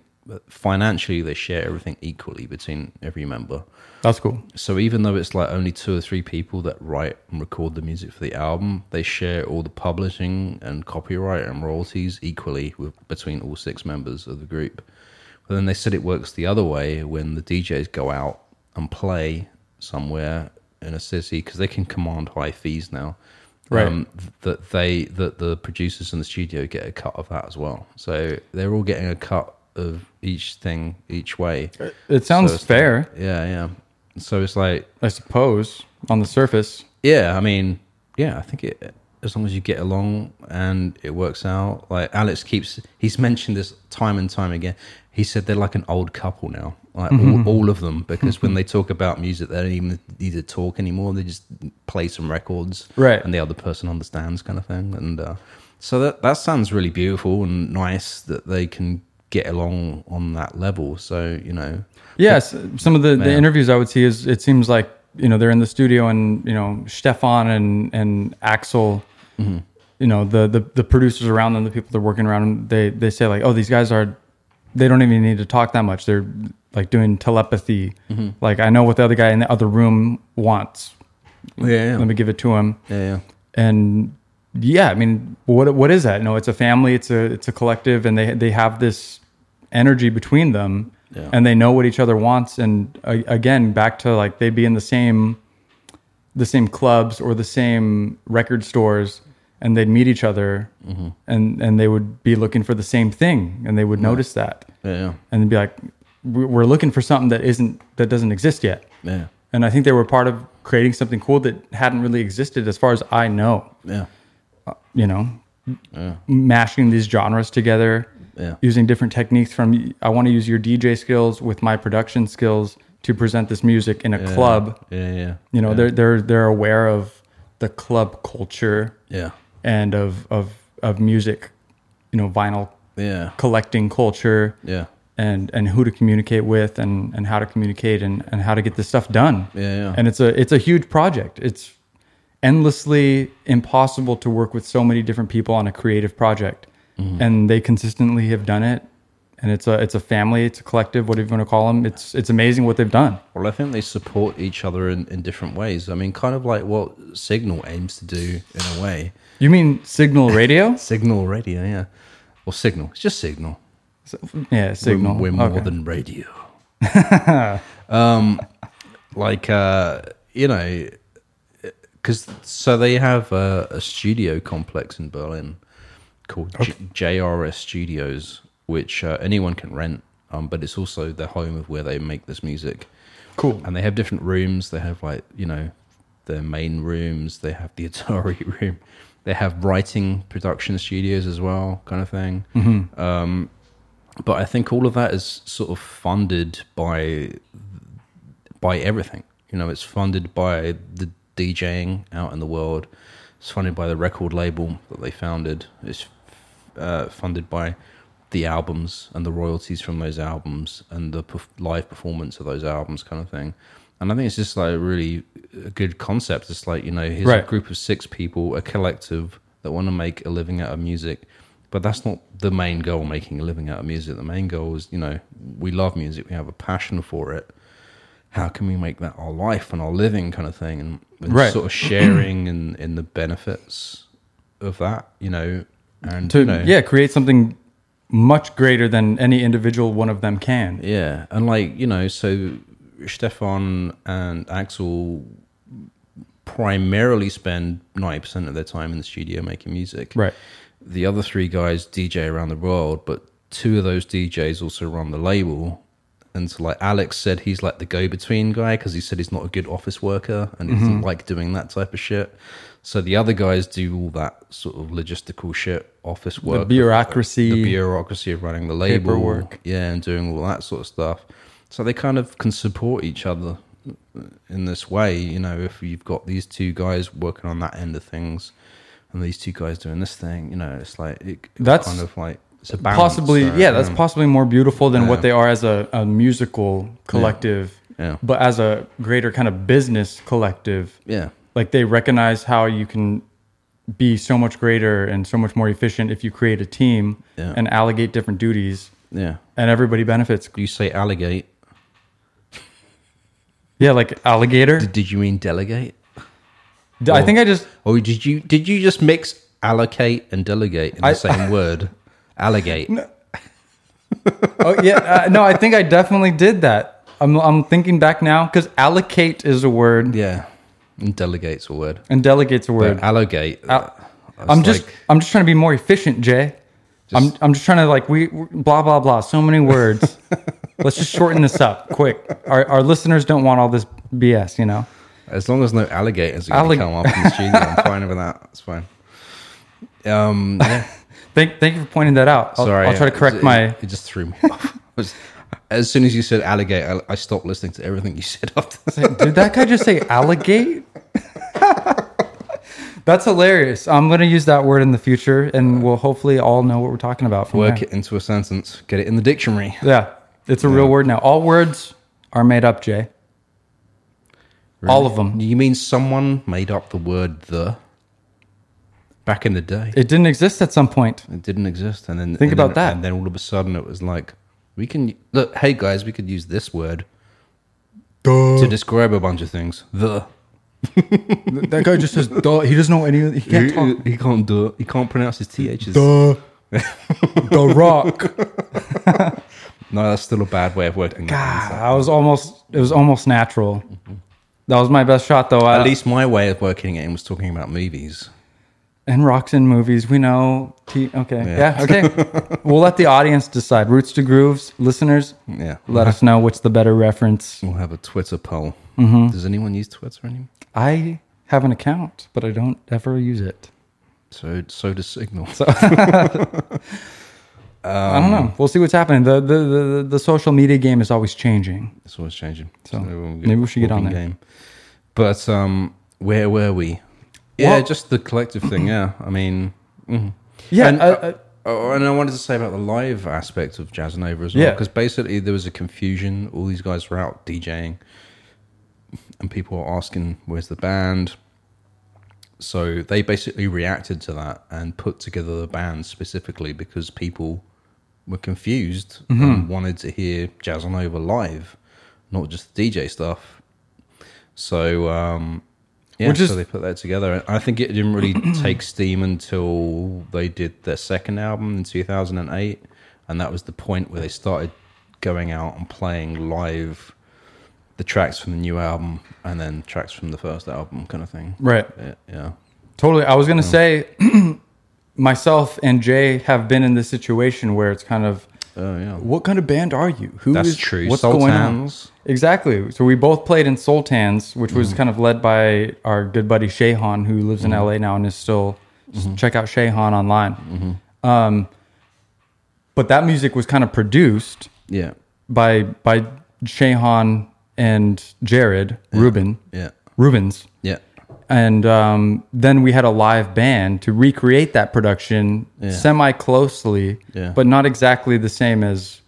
[SPEAKER 2] financially they share everything equally between every member
[SPEAKER 1] That's cool.
[SPEAKER 2] so even though it's like only two or three people that write and record the music for the album, they share all the publishing and copyright and royalties equally with, between all six members of the group. But then they said it works the other way when the DJs go out and play somewhere in a city because they can command high fees now.
[SPEAKER 1] Right.
[SPEAKER 2] th- that they that the producers in the studio get a cut of that as well. So they're all getting a cut of each thing each way.
[SPEAKER 1] It sounds
[SPEAKER 2] So it's
[SPEAKER 1] fair,
[SPEAKER 2] like- yeah, yeah. So it's like,
[SPEAKER 1] I suppose, on the surface.
[SPEAKER 2] yeah, I mean, yeah, I think it as long as you get along and it works out. Like Alex keeps he's mentioned this time and time again. He said they're like an old couple now, like
[SPEAKER 1] Mm-hmm.
[SPEAKER 2] all, all of them, because when they talk about music, they don't even need to talk anymore. They just play some records,
[SPEAKER 1] Right.
[SPEAKER 2] And the other person understands, kind of thing. And uh, so that that sounds really beautiful and nice that they can get along on that level. So you know,
[SPEAKER 1] Yes, some of the, the
[SPEAKER 2] Yeah.
[SPEAKER 1] interviews I would see is it seems like you know they're in the studio and you know Stefan and and Axel, you know the, the the producers around them, the people they're working around, them, they they say like, oh, these guys are, they don't even need to talk that much. They're like doing telepathy. Like I know what the other guy in the other room wants.
[SPEAKER 2] yeah,
[SPEAKER 1] Let me give it to him.
[SPEAKER 2] yeah, yeah.
[SPEAKER 1] And yeah, I mean, what what is that? No, it's a family. It's a it's a collective, and they they have this energy between them,
[SPEAKER 2] Yeah.
[SPEAKER 1] and they know what each other wants. And a, again, back to like they'd be in the same the same clubs or the same record stores, and they'd meet each other, and and they would be looking for the same thing, and they would notice that,
[SPEAKER 2] Yeah,
[SPEAKER 1] and they'd be like, "We- "We're looking for something that isn't that doesn't exist yet."
[SPEAKER 2] yeah,
[SPEAKER 1] And I think they were part of creating something cool that hadn't really existed, as far as I know
[SPEAKER 2] yeah,
[SPEAKER 1] you know, mashing these genres together,
[SPEAKER 2] Yeah.
[SPEAKER 1] using different techniques from I want to use your DJ skills with my production skills to present this music in a club.
[SPEAKER 2] yeah, yeah.
[SPEAKER 1] You know, they're they're they're aware of the club culture
[SPEAKER 2] yeah,
[SPEAKER 1] and of of of music, you know, vinyl
[SPEAKER 2] yeah,
[SPEAKER 1] collecting culture
[SPEAKER 2] yeah,
[SPEAKER 1] and and who to communicate with and and how to communicate and and how to get this stuff done.
[SPEAKER 2] Yeah, yeah.
[SPEAKER 1] And it's a it's a huge project. It's endlessly impossible to work with so many different people on a creative project, and they consistently have done it and it's a it's a family, it's a collective, whatever you want to call them. It's it's amazing what they've done.
[SPEAKER 2] Well, I think they support each other in, in different ways. I mean, kind of like what Signal aims to do in a way.
[SPEAKER 1] You mean Signal Radio?
[SPEAKER 2] Signal radio, yeah. Or Signal. It's just Signal.
[SPEAKER 1] yeah, Signal.
[SPEAKER 2] We're, we're more
[SPEAKER 1] Okay.
[SPEAKER 2] than radio. um, like uh, you know, because so they have a, a studio complex in Berlin called J- JRS Studios, which uh, anyone can rent. Um, but it's also the home of where they make this music.
[SPEAKER 1] Cool.
[SPEAKER 2] And they have different rooms. They have like you know their main rooms. They have the Atari room. They have writing production studios as well, kind of thing Um, but I think all of that is sort of funded by by everything. You know, it's funded by the DJing out in the world. It's funded by the record label that they founded. It's uh, funded by the albums and the royalties from those albums and the perf- live performance of those albums, kind of thing. And I think it's just like really a good concept. It's like you know, here's a
[SPEAKER 1] Right.
[SPEAKER 2] group of six people, a collective that want to make a living out of music. But that's not the main goal, making a living out of music. The main goal is, you know, we love music, we have a passion for it. How can we make that our life and our living kind of thing? And, and
[SPEAKER 1] Right.
[SPEAKER 2] sort of sharing in, in the benefits of that, you know. And,
[SPEAKER 1] To
[SPEAKER 2] you know,
[SPEAKER 1] yeah, create something much greater than any individual one of them can.
[SPEAKER 2] Yeah, and like you know, so Stefan and Axel primarily spend ninety percent of their time in the studio making music.
[SPEAKER 1] Right.
[SPEAKER 2] The other three guys DJ around the world, but two of those DJs also run the label. And so, like Alex said, he's like the go-between guy because he said he's not a good office worker and he
[SPEAKER 1] Mm-hmm.
[SPEAKER 2] doesn't like doing that type of shit. So the other guys do all that sort of logistical shit, office work,
[SPEAKER 1] The bureaucracy.
[SPEAKER 2] the bureaucracy of running the label,
[SPEAKER 1] Paperwork.
[SPEAKER 2] yeah, and doing all that sort of stuff. So they kind of can support each other in this way, you know. If you've got these two guys working on that end of things, and these two guys doing this thing, you know, it's like it, it
[SPEAKER 1] That's
[SPEAKER 2] kind of like it's a balance,
[SPEAKER 1] possibly
[SPEAKER 2] so,
[SPEAKER 1] yeah, that's
[SPEAKER 2] um,
[SPEAKER 1] possibly more beautiful than
[SPEAKER 2] Yeah.
[SPEAKER 1] what they are as a, a musical collective.
[SPEAKER 2] Yeah.
[SPEAKER 1] But as a greater kind of business collective,
[SPEAKER 2] yeah,
[SPEAKER 1] like they recognize how you can be so much greater and so much more efficient if you create a team
[SPEAKER 2] Yeah.
[SPEAKER 1] and allocate different duties
[SPEAKER 2] yeah.
[SPEAKER 1] and everybody benefits.
[SPEAKER 2] You say alligate.
[SPEAKER 1] Yeah, like alligator.
[SPEAKER 2] Did you mean delegate?
[SPEAKER 1] D- I think I just
[SPEAKER 2] Or did you did you just mix allocate and delegate in the same word? Alligate.
[SPEAKER 1] Oh yeah, uh, no, I think I definitely did that. I'm I'm thinking back now cuz allocate is a word
[SPEAKER 2] Yeah. And delegates a word.
[SPEAKER 1] and delegates a word.
[SPEAKER 2] But allocate.
[SPEAKER 1] Al-
[SPEAKER 2] that's
[SPEAKER 1] I'm just
[SPEAKER 2] uh, like-
[SPEAKER 1] I'm just trying to be more efficient, Jay. I'm I'm just trying to like we we- blah blah blah. So many words. Let's just shorten this up quick. Our our listeners don't want all this BS, you know.
[SPEAKER 2] As long as no alligators are going
[SPEAKER 1] Allig-
[SPEAKER 2] to come up in the studio, I'm fine with that. It's fine. Um, yeah,
[SPEAKER 1] Thank thank you for pointing that out. I'll,
[SPEAKER 2] sorry.
[SPEAKER 1] I'll try
[SPEAKER 2] It-
[SPEAKER 1] to correct
[SPEAKER 2] it,
[SPEAKER 1] my.
[SPEAKER 2] It just threw me off. I was- As soon as you said alligator, I I stopped listening to everything you said after that.
[SPEAKER 1] Did that guy just say alligate? That's hilarious. I'm gonna use that word in the future, and we'll hopefully all know what we're talking about. From
[SPEAKER 2] Work
[SPEAKER 1] there.
[SPEAKER 2] it into a sentence. Get it in the dictionary.
[SPEAKER 1] Yeah, it's a real word now. All words are made up, Jay. All of them.
[SPEAKER 2] You mean someone made up the word the back in the day?
[SPEAKER 1] It didn't exist at some point.
[SPEAKER 2] It didn't exist, and then
[SPEAKER 1] Think
[SPEAKER 2] and then-
[SPEAKER 1] about that.
[SPEAKER 2] And then all of a sudden, it was like, we can look. Hey guys, we could use this word to describe a bunch of things. The
[SPEAKER 1] That guy just says duh. He doesn't know any. He can't talk.
[SPEAKER 2] he, he can't do. He can't pronounce his ths.
[SPEAKER 1] The the rock.
[SPEAKER 2] No, that's still a bad way of wording. it.
[SPEAKER 1] I was almost. It was almost natural. That was my best shot, though.
[SPEAKER 2] At
[SPEAKER 1] I,
[SPEAKER 2] least my way of working it in was talking about movies.
[SPEAKER 1] and rocks in movies. We know. T- okay.
[SPEAKER 2] Yeah.
[SPEAKER 1] Yeah. okay. we'll let the audience decide. Roots to grooves, listeners.
[SPEAKER 2] Yeah,
[SPEAKER 1] Let us know what's the better reference.
[SPEAKER 2] we'll have a Twitter poll.
[SPEAKER 1] Mm-hmm.
[SPEAKER 2] Does anyone use Twitter anymore?
[SPEAKER 1] I have an account, but I don't ever use it.
[SPEAKER 2] So, so does Signal.
[SPEAKER 1] I don't know. We'll see what's happening. The the, the, the- the social media game is always changing.
[SPEAKER 2] It's always changing.
[SPEAKER 1] So,
[SPEAKER 2] we'll
[SPEAKER 1] maybe we should get on
[SPEAKER 2] walking
[SPEAKER 1] there.
[SPEAKER 2] Game. But um, where were we? Yeah,
[SPEAKER 1] Well-
[SPEAKER 2] just the collective thing. Yeah, I mean, mhm.
[SPEAKER 1] Yeah.
[SPEAKER 2] And,
[SPEAKER 1] uh,
[SPEAKER 2] uh,
[SPEAKER 1] uh,
[SPEAKER 2] oh, and I wanted to say about the live aspect of Jazz Nova as well,
[SPEAKER 1] Yeah.
[SPEAKER 2] because basically there was a confusion. All these guys were out DJing, and people were asking, "Where's the band?" So they basically reacted to that and put together the band specifically because people were confused and wanted to hear Jazz Nova live, not just the DJ stuff. So, um, yeah,
[SPEAKER 1] Which is-
[SPEAKER 2] so they put that together. I think it didn't really take steam until they did their second album in 2008. And that was the point where they started going out and playing live the tracks from the new album and then tracks from the first album, kind of thing.
[SPEAKER 1] Right.
[SPEAKER 2] Yeah. yeah.
[SPEAKER 1] Totally. I was going to say myself and Jay have been in this situation where it's kind of
[SPEAKER 2] Oh, yeah.
[SPEAKER 1] what kind of band are you? Who
[SPEAKER 2] That's
[SPEAKER 1] is-
[SPEAKER 2] true.
[SPEAKER 1] What's going on?
[SPEAKER 2] Sultans. Mm-hmm.
[SPEAKER 1] Exactly. So we both played in Sultans, which was kind of led by our good buddy Shayhan, who lives in LA now and is still
[SPEAKER 2] Mm-hmm.
[SPEAKER 1] just check out Shayhan online. Um, but that music was kind of produced
[SPEAKER 2] Yeah.
[SPEAKER 1] by by Shayhan and Jared Rubin
[SPEAKER 2] Yeah.
[SPEAKER 1] Rubens
[SPEAKER 2] Yeah.
[SPEAKER 1] and um, then we had a live band to recreate that production
[SPEAKER 2] Yeah.
[SPEAKER 1] semi closely,
[SPEAKER 2] Yeah.
[SPEAKER 1] but not exactly the same as.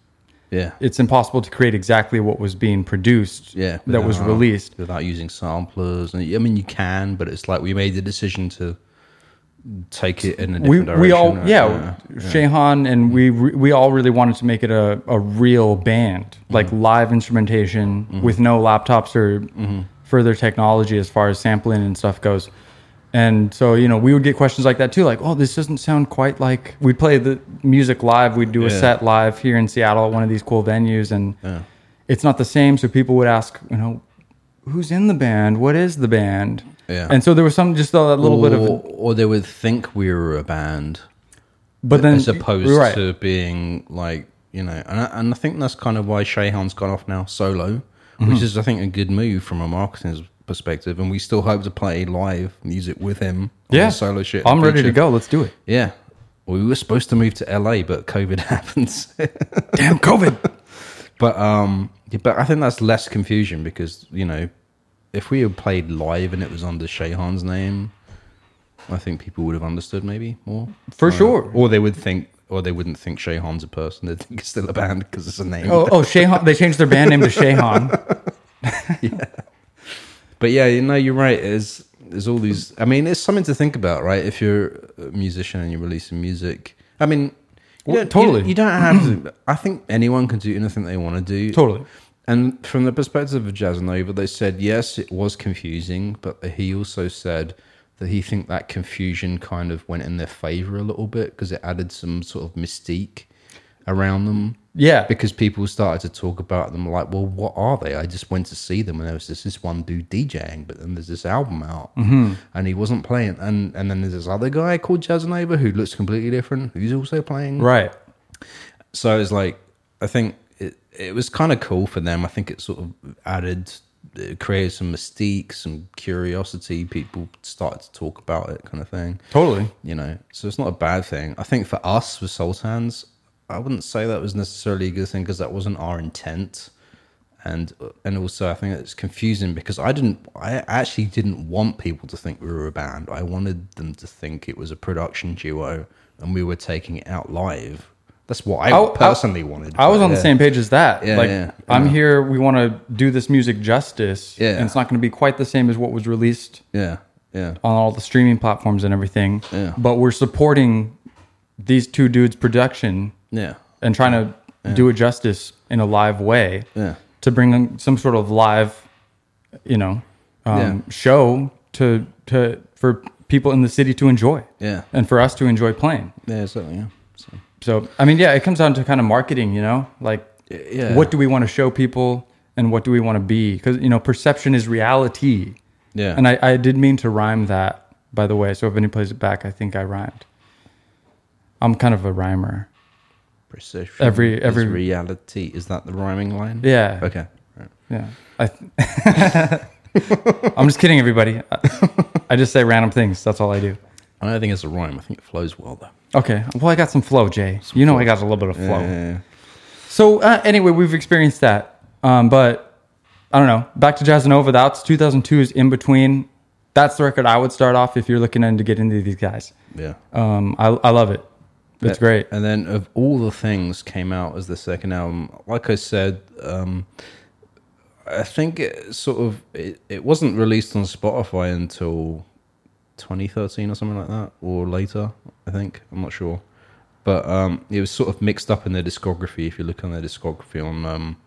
[SPEAKER 2] Yeah.
[SPEAKER 1] It's impossible to create exactly what was being produced
[SPEAKER 2] yeah
[SPEAKER 1] that was
[SPEAKER 2] without-
[SPEAKER 1] released.
[SPEAKER 2] without using samplers and i mean you can but it's like we made the decision to take it in a
[SPEAKER 1] We,
[SPEAKER 2] different direction
[SPEAKER 1] we all
[SPEAKER 2] right?
[SPEAKER 1] yeah, Shehan and we re- we all really wanted to make it a, a real band
[SPEAKER 2] Mm-hmm.
[SPEAKER 1] like live instrumentation with no laptops or
[SPEAKER 2] Mm-hmm.
[SPEAKER 1] further technology as far as sampling and stuff goes. And so you know we would get questions like that too, like oh this doesn't sound quite like we'd play the music live, we'd do a
[SPEAKER 2] Yeah.
[SPEAKER 1] set live here in Seattle at one of these cool venues, and
[SPEAKER 2] Yeah.
[SPEAKER 1] it's not the same. So people would ask you know who's in the band, what is the band,
[SPEAKER 2] Yeah.
[SPEAKER 1] and so there was some just that little
[SPEAKER 2] or,
[SPEAKER 1] bit of
[SPEAKER 2] or they would think we were a band
[SPEAKER 1] but then
[SPEAKER 2] as opposed
[SPEAKER 1] right.
[SPEAKER 2] to being like you know and I, and I think that's kind of why Shayhan's gone off now solo
[SPEAKER 1] Mm-hmm.
[SPEAKER 2] which is I think a good move from a marketing perspective and we still hope to play live music with him on
[SPEAKER 1] yeah
[SPEAKER 2] his solo shit in the
[SPEAKER 1] i'm ready to
[SPEAKER 2] future.
[SPEAKER 1] go let's do it
[SPEAKER 2] yeah we were supposed to move to LA but covid happens
[SPEAKER 1] damn covid
[SPEAKER 2] But um, yeah, but I think that's less confusion because you know, if we had played live and it was under Shayhan's name, I think people would have understood maybe more
[SPEAKER 1] For
[SPEAKER 2] Or-
[SPEAKER 1] sure.
[SPEAKER 2] Or they would think, or they wouldn't think Shayhan's a person. They would think it's still a band because it's a name.
[SPEAKER 1] oh oh Shehan, they changed their band name to Shehan.
[SPEAKER 2] But yeah, you know, you're right. There's there's all these. I mean, it's something to think about, right? If you're a musician and you're releasing music, I mean, you
[SPEAKER 1] Well,
[SPEAKER 2] don't- you-
[SPEAKER 1] totally.
[SPEAKER 2] You, don't have. to, I think anyone can do anything they want to do.
[SPEAKER 1] Totally.
[SPEAKER 2] And from the perspective of Jazz Nova, they said yes, it was confusing, but he also said that he think that confusion kind of went in their favor a little bit because it added some sort of mystique around them
[SPEAKER 1] yeah
[SPEAKER 2] because people started to talk about them like, well, what are they? I just went to see them, and there was just this one dude DJing, but then there's this album out, and he wasn't playing, and and then there's this other guy called Jazz Neighbor who looks completely different, who's also playing.
[SPEAKER 1] right
[SPEAKER 2] So it's like, I think it it was kind of cool for them. I think it sort of added, it created some mystique, some curiosity. People started to talk about it, kind of thing
[SPEAKER 1] totally
[SPEAKER 2] you know so it's not a bad thing i think for us with sultans i wouldn't say that was necessarily a good thing because that wasn't our intent and and also i think it's confusing because i didn't i actually didn't want people to think we were a band i wanted them to think it was a production duo and we were taking it out live that's what i,
[SPEAKER 1] I- I-
[SPEAKER 2] personally wanted
[SPEAKER 1] Oh, i was
[SPEAKER 2] but
[SPEAKER 1] on
[SPEAKER 2] yeah.
[SPEAKER 1] the same page as that
[SPEAKER 2] Yeah,
[SPEAKER 1] like
[SPEAKER 2] yeah,
[SPEAKER 1] i'm here we want to do this music justice
[SPEAKER 2] Yeah.
[SPEAKER 1] and it's not going to be quite the same as what was released
[SPEAKER 2] yeah yeah
[SPEAKER 1] on all the streaming platforms and everything
[SPEAKER 2] Yeah.
[SPEAKER 1] but we're supporting these two dudes production
[SPEAKER 2] yeah
[SPEAKER 1] and trying to do it justice in a live way
[SPEAKER 2] Yeah.
[SPEAKER 1] to bring in some sort of live you know um, show to to for people in the city to enjoy
[SPEAKER 2] yeah
[SPEAKER 1] and for us to enjoy playing
[SPEAKER 2] yeah certainly yeah so,
[SPEAKER 1] so i mean yeah it comes down to kind of marketing you know like
[SPEAKER 2] yeah
[SPEAKER 1] what do we want to show people and what do we want to be because you know perception is reality
[SPEAKER 2] yeah
[SPEAKER 1] and I, I did mean to rhyme that by the way so if anybody plays it back i think i rhymed i'm kind of a rhymer
[SPEAKER 2] Precision
[SPEAKER 1] every-
[SPEAKER 2] is
[SPEAKER 1] every-
[SPEAKER 2] reality is that the rhyming line
[SPEAKER 1] yeah
[SPEAKER 2] okay right.
[SPEAKER 1] Yeah. I I'm just kidding, everybody. I, I just say random things. That's all I do.
[SPEAKER 2] I don't think it's a rhyme. I think it flows well though.
[SPEAKER 1] Okay. Well, I got some flow, Jay. you know, I got a little bit of flow.
[SPEAKER 2] Yeah.
[SPEAKER 1] So, uh, anyway, we've experienced that. Um, but I don't know. Back to Jazz Nova. That's 2002 is in between. That's the record I would start off if you're looking in to get into these guys.
[SPEAKER 2] yeah.
[SPEAKER 1] Um, I, I love it. It's great.
[SPEAKER 2] And then of all the things came out as the second album, like I said, um, I think it sort of it, it wasn't released on Spotify until 2013 or something like that, or later. I think I'm not sure. But um, it was sort of mixed up in their discography. If you look on their discography on um,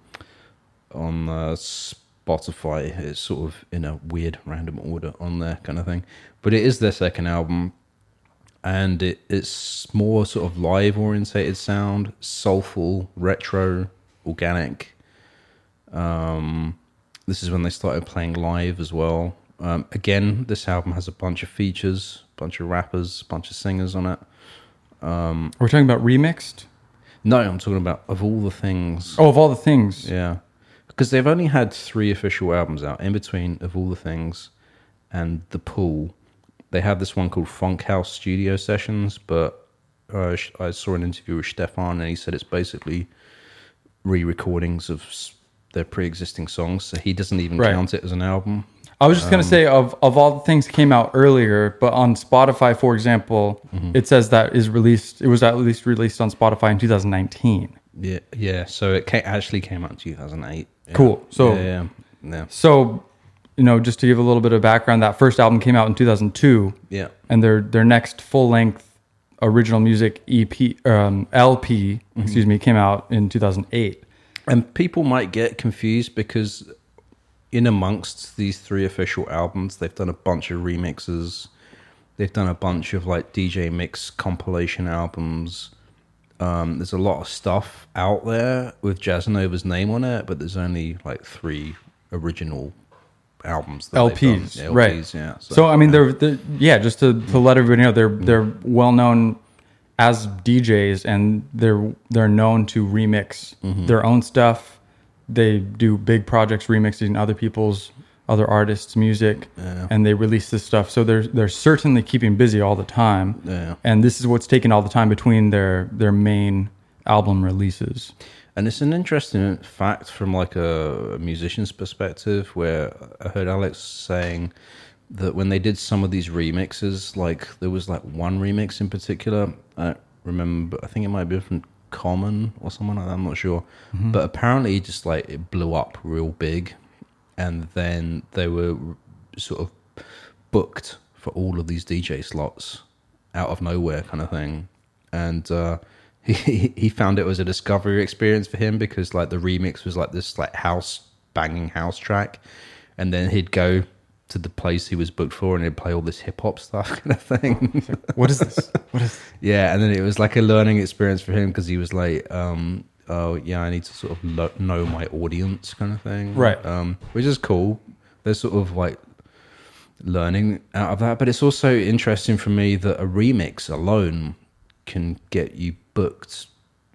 [SPEAKER 2] on uh, Spotify, it's sort of in a weird random order on there kind of thing. But it is their second album, and it, it's more sort of live orientated sound, soulful, retro, organic. Um, This is when they started playing live as well. Um, again, this album has a bunch of features, bunch of rappers, bunch of singers on it.
[SPEAKER 1] We're talking about remixed.
[SPEAKER 2] No, I'm talking about of all the things.
[SPEAKER 1] Oh, of all the things,
[SPEAKER 2] Yeah. Because they've only had three official albums out in between of all the things and The Pool. They had this one called Funk House Studio Sessions, but uh, sh- I saw an interview with Stefan and he said it's basically re recordings of s- their pre existing songs. So he doesn't even
[SPEAKER 1] Right.
[SPEAKER 2] count it as an album.
[SPEAKER 1] I was just gonna say of of all the things that came out earlier, but on Spotify, for example, it says that is released. It was at least released on Spotify in 2019.
[SPEAKER 2] Yeah, yeah. So it ca actually came out in 2008. Yeah.
[SPEAKER 1] Cool. So-
[SPEAKER 2] yeah, yeah, yeah,
[SPEAKER 1] So, you know, just to give a little bit of background, that first album came out in 2002,
[SPEAKER 2] yeah.
[SPEAKER 1] and their their next full length original music EP um, LP, excuse me, came out in 2008.
[SPEAKER 2] And people might get confused because in amongst these three official albums, they've done a bunch of remixes. They've done a bunch of like DJ mix compilation albums. Um, there's a lot of stuff out there with Jazanova's name on it, but there's only like three original albums. That they've done.
[SPEAKER 1] LPs, right.
[SPEAKER 2] LPs, Yeah.
[SPEAKER 1] So, I mean, they're, they're yeah, just to, to let everybody know, they're they're well known as DJs, and they're they're known to remix
[SPEAKER 2] Mm-hmm.
[SPEAKER 1] their own stuff. They do big projects remixing other people's other artists' music, and they release this stuff. So they're they're certainly keeping busy all the time,
[SPEAKER 2] Yeah.
[SPEAKER 1] and this is what's taken all the time between their their main album releases.
[SPEAKER 2] And it's an interesting fact from like a musician's perspective, where I heard Alex saying that when they did some of these remixes, like there was like one remix in particular. I don't remember, I think it might have been from Common or someone like that. I'm not sure, but apparently, just like it blew up real big, and then they were sort of booked for all of these DJ slots out of nowhere, kind of thing. And uh, he he found it was a discovery experience for him because like the remix was like this like house banging house track, and then he'd go to the place he was booked for and he'd play all this hip hop stuff kind of thing.
[SPEAKER 1] What is this? What is
[SPEAKER 2] Yeah, and then it was like a learning experience for him because he was like, um, "Oh, yeah, I need to sort of lo- know my audience," kind of thing,
[SPEAKER 1] Right.
[SPEAKER 2] Um, which is cool. There's sort of like learning out of that, but it's also interesting for me that a remix alone can get you booked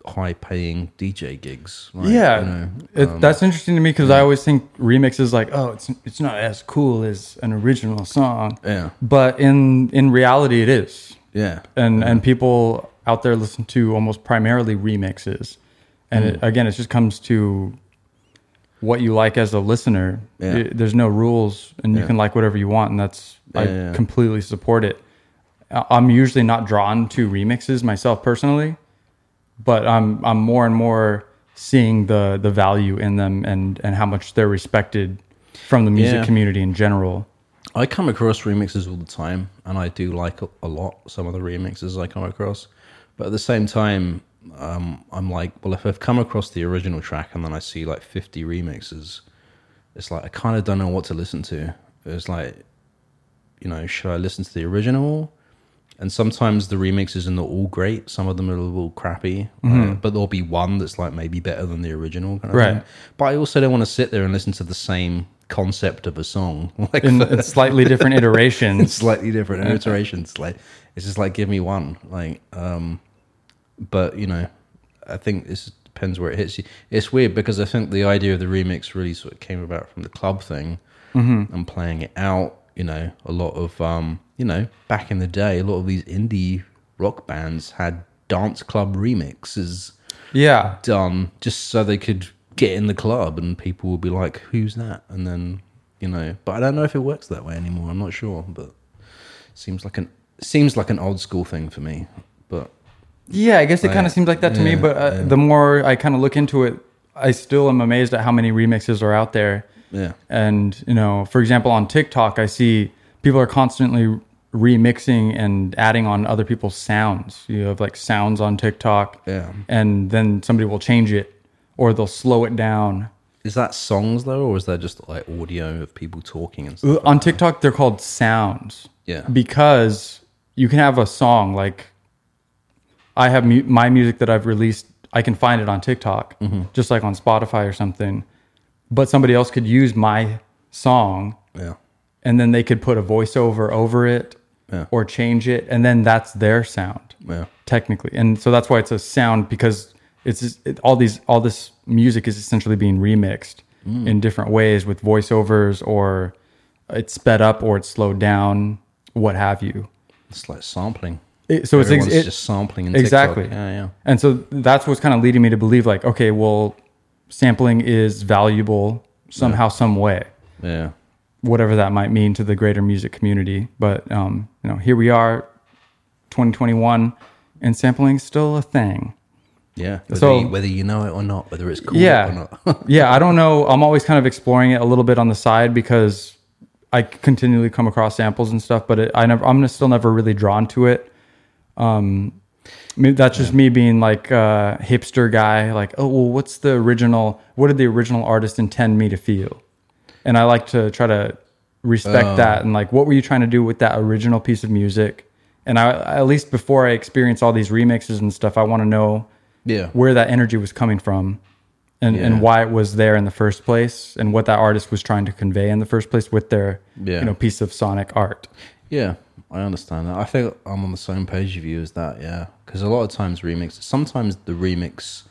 [SPEAKER 2] high-paying DJ gigs. Like,
[SPEAKER 1] yeah,
[SPEAKER 2] you know, um,
[SPEAKER 1] it, that's interesting to me because I always think remixes like, oh, it's it's not as cool as an original song,
[SPEAKER 2] yeah,
[SPEAKER 1] but in in reality, it is,
[SPEAKER 2] yeah,
[SPEAKER 1] and and people out there listen to almost primarily remixes, and
[SPEAKER 2] Mm.
[SPEAKER 1] it, again, it just comes to what you like as a listener.
[SPEAKER 2] Yeah.
[SPEAKER 1] It- there's no rules, and you
[SPEAKER 2] Yeah.
[SPEAKER 1] can like whatever you want, and that's I
[SPEAKER 2] Yeah, yeah.
[SPEAKER 1] completely support it. I- I'm usually not drawn to remixes myself personally but I'm I'm more and more seeing the the value in them and and how much they're respected from the music
[SPEAKER 2] Yeah.
[SPEAKER 1] community in general.
[SPEAKER 2] I come across remixes all the time, and I do like a, a lot some of the remixes I come across. But at the same time, um, I'm like, well, if I've come across the original track and then I see like 50 remixes, it's like I kind of don't know what to listen to. It's like, you know, should I listen to the original? And sometimes the remixes are not all great. Some of them are a little crappy, uh, but there'll be one that's like maybe better than the original. Kind of
[SPEAKER 1] Right.
[SPEAKER 2] Thing. But I also don't want to sit there and listen to the same concept of a song. Like
[SPEAKER 1] In, in slightly different iterations.
[SPEAKER 2] slightly different iterations. Like it's just like give me one. Like um, but you know, I think this depends where it hits you. It's weird because I think the idea of the remix really sort of came about from the club thing and playing it out. You know, a lot of um, you know, back in the day, a lot of these indie rock bands had dance club remixes
[SPEAKER 1] Yeah.
[SPEAKER 2] done just so they could get in the club and people would be like, "Who's that?" And then you know, but I don't know if it works that way anymore. I'm not sure, but seems like an seems like an old school thing for me. But
[SPEAKER 1] Yeah, I guess it kind
[SPEAKER 2] Like,
[SPEAKER 1] of seems like that to me,
[SPEAKER 2] yeah,
[SPEAKER 1] but uh, the more I kind of look into it, I still am amazed at how many remixes are out there.
[SPEAKER 2] yeah,
[SPEAKER 1] And, you know, for example, on TikTok, I see people are constantly remixing and adding on other people's sounds. You have like sounds on TikTok,
[SPEAKER 2] Yeah.
[SPEAKER 1] and then somebody will change it or they'll slow it down.
[SPEAKER 2] Is that songs though, or is that just like audio of people talking and stuff?
[SPEAKER 1] On TikTok, they're called sounds.
[SPEAKER 2] Yeah.
[SPEAKER 1] Because you can have a song like I have mu- my music that I've released. I can find it on TikTok, just like on Spotify or something. But somebody else could use my song
[SPEAKER 2] Yeah.
[SPEAKER 1] and then they could put a voiceover over it
[SPEAKER 2] Yeah.
[SPEAKER 1] or change it. And then that's their sound.
[SPEAKER 2] Yeah.
[SPEAKER 1] technically and so that's why it's a sound because it's it, all these all this music is essentially being remixed
[SPEAKER 2] Mm.
[SPEAKER 1] in different ways with voiceovers or it's sped up or it's slowed down what have you
[SPEAKER 2] It's like sampling.
[SPEAKER 1] It- so it's ex-
[SPEAKER 2] Everyone's
[SPEAKER 1] it-
[SPEAKER 2] just sampling and
[SPEAKER 1] exactly
[SPEAKER 2] Yeah, yeah.
[SPEAKER 1] and so that's what's kind of leading me to believe like okay well sampling is valuable somehow some way
[SPEAKER 2] Yeah.
[SPEAKER 1] whatever that might mean to the greater music community but um you know here we are 2021 and sampling's still a thing
[SPEAKER 2] Yeah. Whether,
[SPEAKER 1] So-
[SPEAKER 2] you, whether you know it or not, whether it's cool or
[SPEAKER 1] yeah
[SPEAKER 2] not.
[SPEAKER 1] yeah i don't know i'm always kind of exploring it a little bit on the side because i continually come across samples and stuff but it, i never i'm still never really drawn to it um I mean, that's just me being like a hipster guy like oh well what's the original what did the original artist intend me to feel and i like to try to respect
[SPEAKER 2] Oh.
[SPEAKER 1] that and like what were you trying to do with that original piece of music and i at least before i experience all these remixes and stuff i want to know
[SPEAKER 2] yeah.
[SPEAKER 1] where that energy was coming from and,
[SPEAKER 2] Yeah.
[SPEAKER 1] and why it was there in the first place and what that artist was trying to convey in the first place with their
[SPEAKER 2] Yeah.
[SPEAKER 1] you know piece of sonic art
[SPEAKER 2] Yeah, I understand that. I think I'm on the same page of you as that. Yeah, because a lot of times remixes, sometimes the remix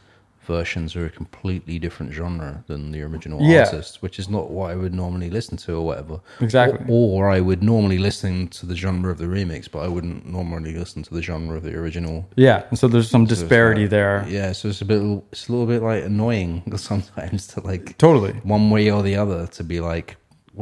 [SPEAKER 2] versions are a completely different genre than the original
[SPEAKER 1] Yeah.
[SPEAKER 2] artist, which is not what I would normally listen to or whatever.
[SPEAKER 1] Exactly.
[SPEAKER 2] Or, or I would normally listen to the genre of the remix, but I wouldn't normally listen to the genre of the original.
[SPEAKER 1] yeah and so there's some disparity there
[SPEAKER 2] Yeah, so it's a bit, it's a little bit like annoying sometimes to like
[SPEAKER 1] totally
[SPEAKER 2] one way or the other to be like,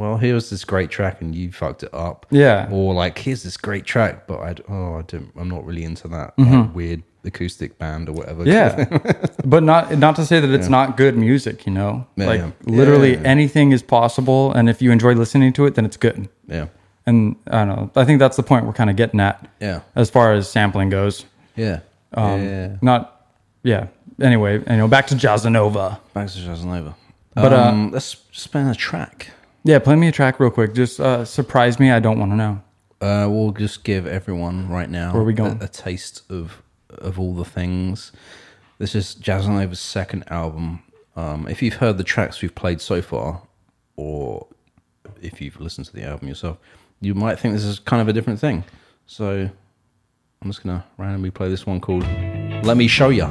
[SPEAKER 2] well, here's this great track and you fucked it up.
[SPEAKER 1] Yeah.
[SPEAKER 2] Or like, here's this great track, but I d- oh I don't I'm not really into that like, weird acoustic band or whatever.
[SPEAKER 1] Mm-hmm. yeah but not not to say that it's not good music you know
[SPEAKER 2] Yeah,
[SPEAKER 1] like
[SPEAKER 2] yeah.
[SPEAKER 1] literally
[SPEAKER 2] Yeah.
[SPEAKER 1] anything is possible and if you enjoy listening to it then it's good
[SPEAKER 2] yeah.
[SPEAKER 1] and i don't know i think that's the point we're kind of getting at
[SPEAKER 2] Yeah.
[SPEAKER 1] as far as sampling goes
[SPEAKER 2] Yeah.
[SPEAKER 1] um
[SPEAKER 2] yeah.
[SPEAKER 1] not yeah anyway you know back to Jazzanova.
[SPEAKER 2] Bags of Jazz over.
[SPEAKER 1] But,
[SPEAKER 2] But
[SPEAKER 1] uh,
[SPEAKER 2] um, let's spin a track.
[SPEAKER 1] Yeah, play me a track real quick. Just uh, surprise me. I don't want to know.
[SPEAKER 2] Uh, we'll just give everyone right now
[SPEAKER 1] Where are we going?
[SPEAKER 2] A, a taste of of all the things. This is Jazz Nova's second album. Um, if you've heard the tracks we've played so far, or if you've listened to the album yourself, you might think this is kind of a different thing. So I'm just gonna randomly play this one called "Let Me Show Ya."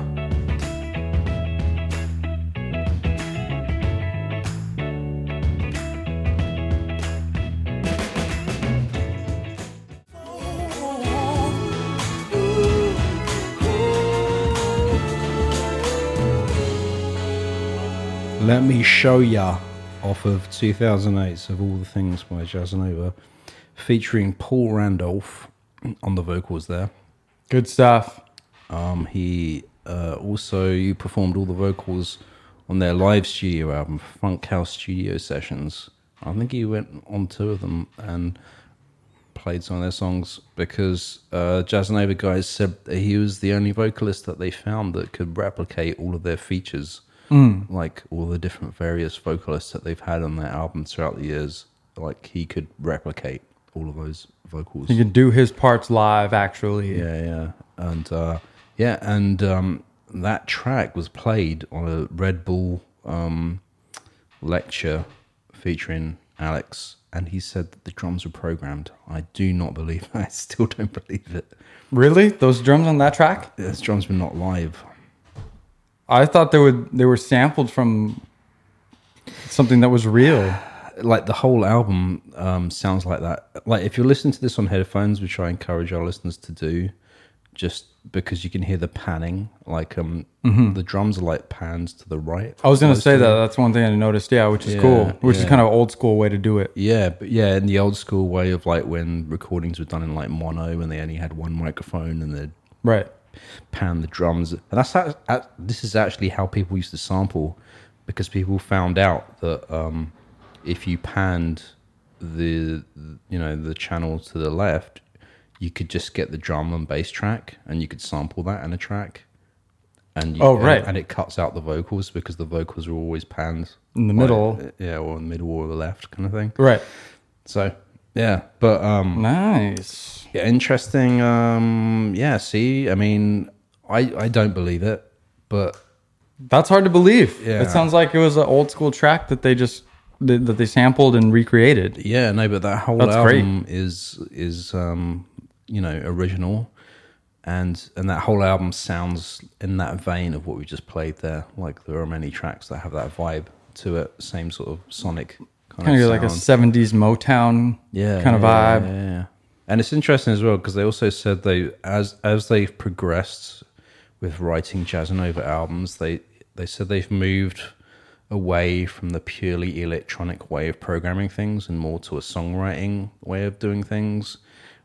[SPEAKER 2] Let me show ya off of 2008 of all the things by Jazzanova, featuring Paul Randolph on the vocals there.
[SPEAKER 1] Good stuff.
[SPEAKER 2] Um, he uh, also you performed all the vocals on their live studio album, Funk House Studio Sessions. I think he went on two of them and played some of their songs because uh, Jazzanova guys said that he was the only vocalist that they found that could replicate all of their features, like all the different various vocalists that they've had on their albums throughout the years. Like he could replicate all of those vocals.
[SPEAKER 1] He can do his parts live, actually.
[SPEAKER 2] Yeah, yeah, and uh, yeah, and um, that track was played on a Red Bull um, lecture featuring Alex, and he said that the drums were programmed. I do not believe. I still don't believe it.
[SPEAKER 1] Really? Those drums on that track?
[SPEAKER 2] Those drums were not live.
[SPEAKER 1] I thought they would they were sampled from something that was real.
[SPEAKER 2] Like the whole album um, sounds like that. Like if you're listening to this on headphones, which I encourage our listeners to do, just because you can hear the panning. Like um, the drums are like pans to the right.
[SPEAKER 1] Mm-hmm. I was gonna say that. That's one thing I noticed. Yeah, which is
[SPEAKER 2] Yeah,
[SPEAKER 1] cool. Which is
[SPEAKER 2] yeah.
[SPEAKER 1] kind of old school way to do it.
[SPEAKER 2] Yeah, but yeah, in the old school way of like when recordings were done in like mono and they only had one microphone and they'd
[SPEAKER 1] Right.
[SPEAKER 2] pan the drums. And that's how, that- this is actually how people used to sample because people found out that um, if you panned the you know the channel to the left, you could just get the drum and bass track and you could sample that in a track. And you,
[SPEAKER 1] Oh, right.
[SPEAKER 2] and, it cuts out the vocals because the vocals are always panned
[SPEAKER 1] In the
[SPEAKER 2] like,
[SPEAKER 1] middle.
[SPEAKER 2] yeah, or in the middle or the left kind of thing.
[SPEAKER 1] Right.
[SPEAKER 2] So yeah, but um,
[SPEAKER 1] Nice.
[SPEAKER 2] yeah, interesting. Um, yeah, see, I mean, I I don't believe it, but
[SPEAKER 1] That's hard to believe.
[SPEAKER 2] Yeah.
[SPEAKER 1] It sounds like it was an old school track that they just that that they sampled and recreated.
[SPEAKER 2] Yeah, no, but that whole
[SPEAKER 1] That's great.
[SPEAKER 2] album is is um, you know original, and and that whole album sounds in that vein of what we just played there. Like there are many tracks that have that vibe to it, same sort of sonic kind,
[SPEAKER 1] Kind
[SPEAKER 2] of
[SPEAKER 1] of like a
[SPEAKER 2] sound.
[SPEAKER 1] '70s Motown
[SPEAKER 2] yeah
[SPEAKER 1] kind of
[SPEAKER 2] yeah,
[SPEAKER 1] vibe.
[SPEAKER 2] yeah, yeah. And it's interesting as well because they also said they as as they've progressed with writing jazz nova albums, they they said they've moved away from the purely electronic way of programming things and more to a songwriting way of doing things.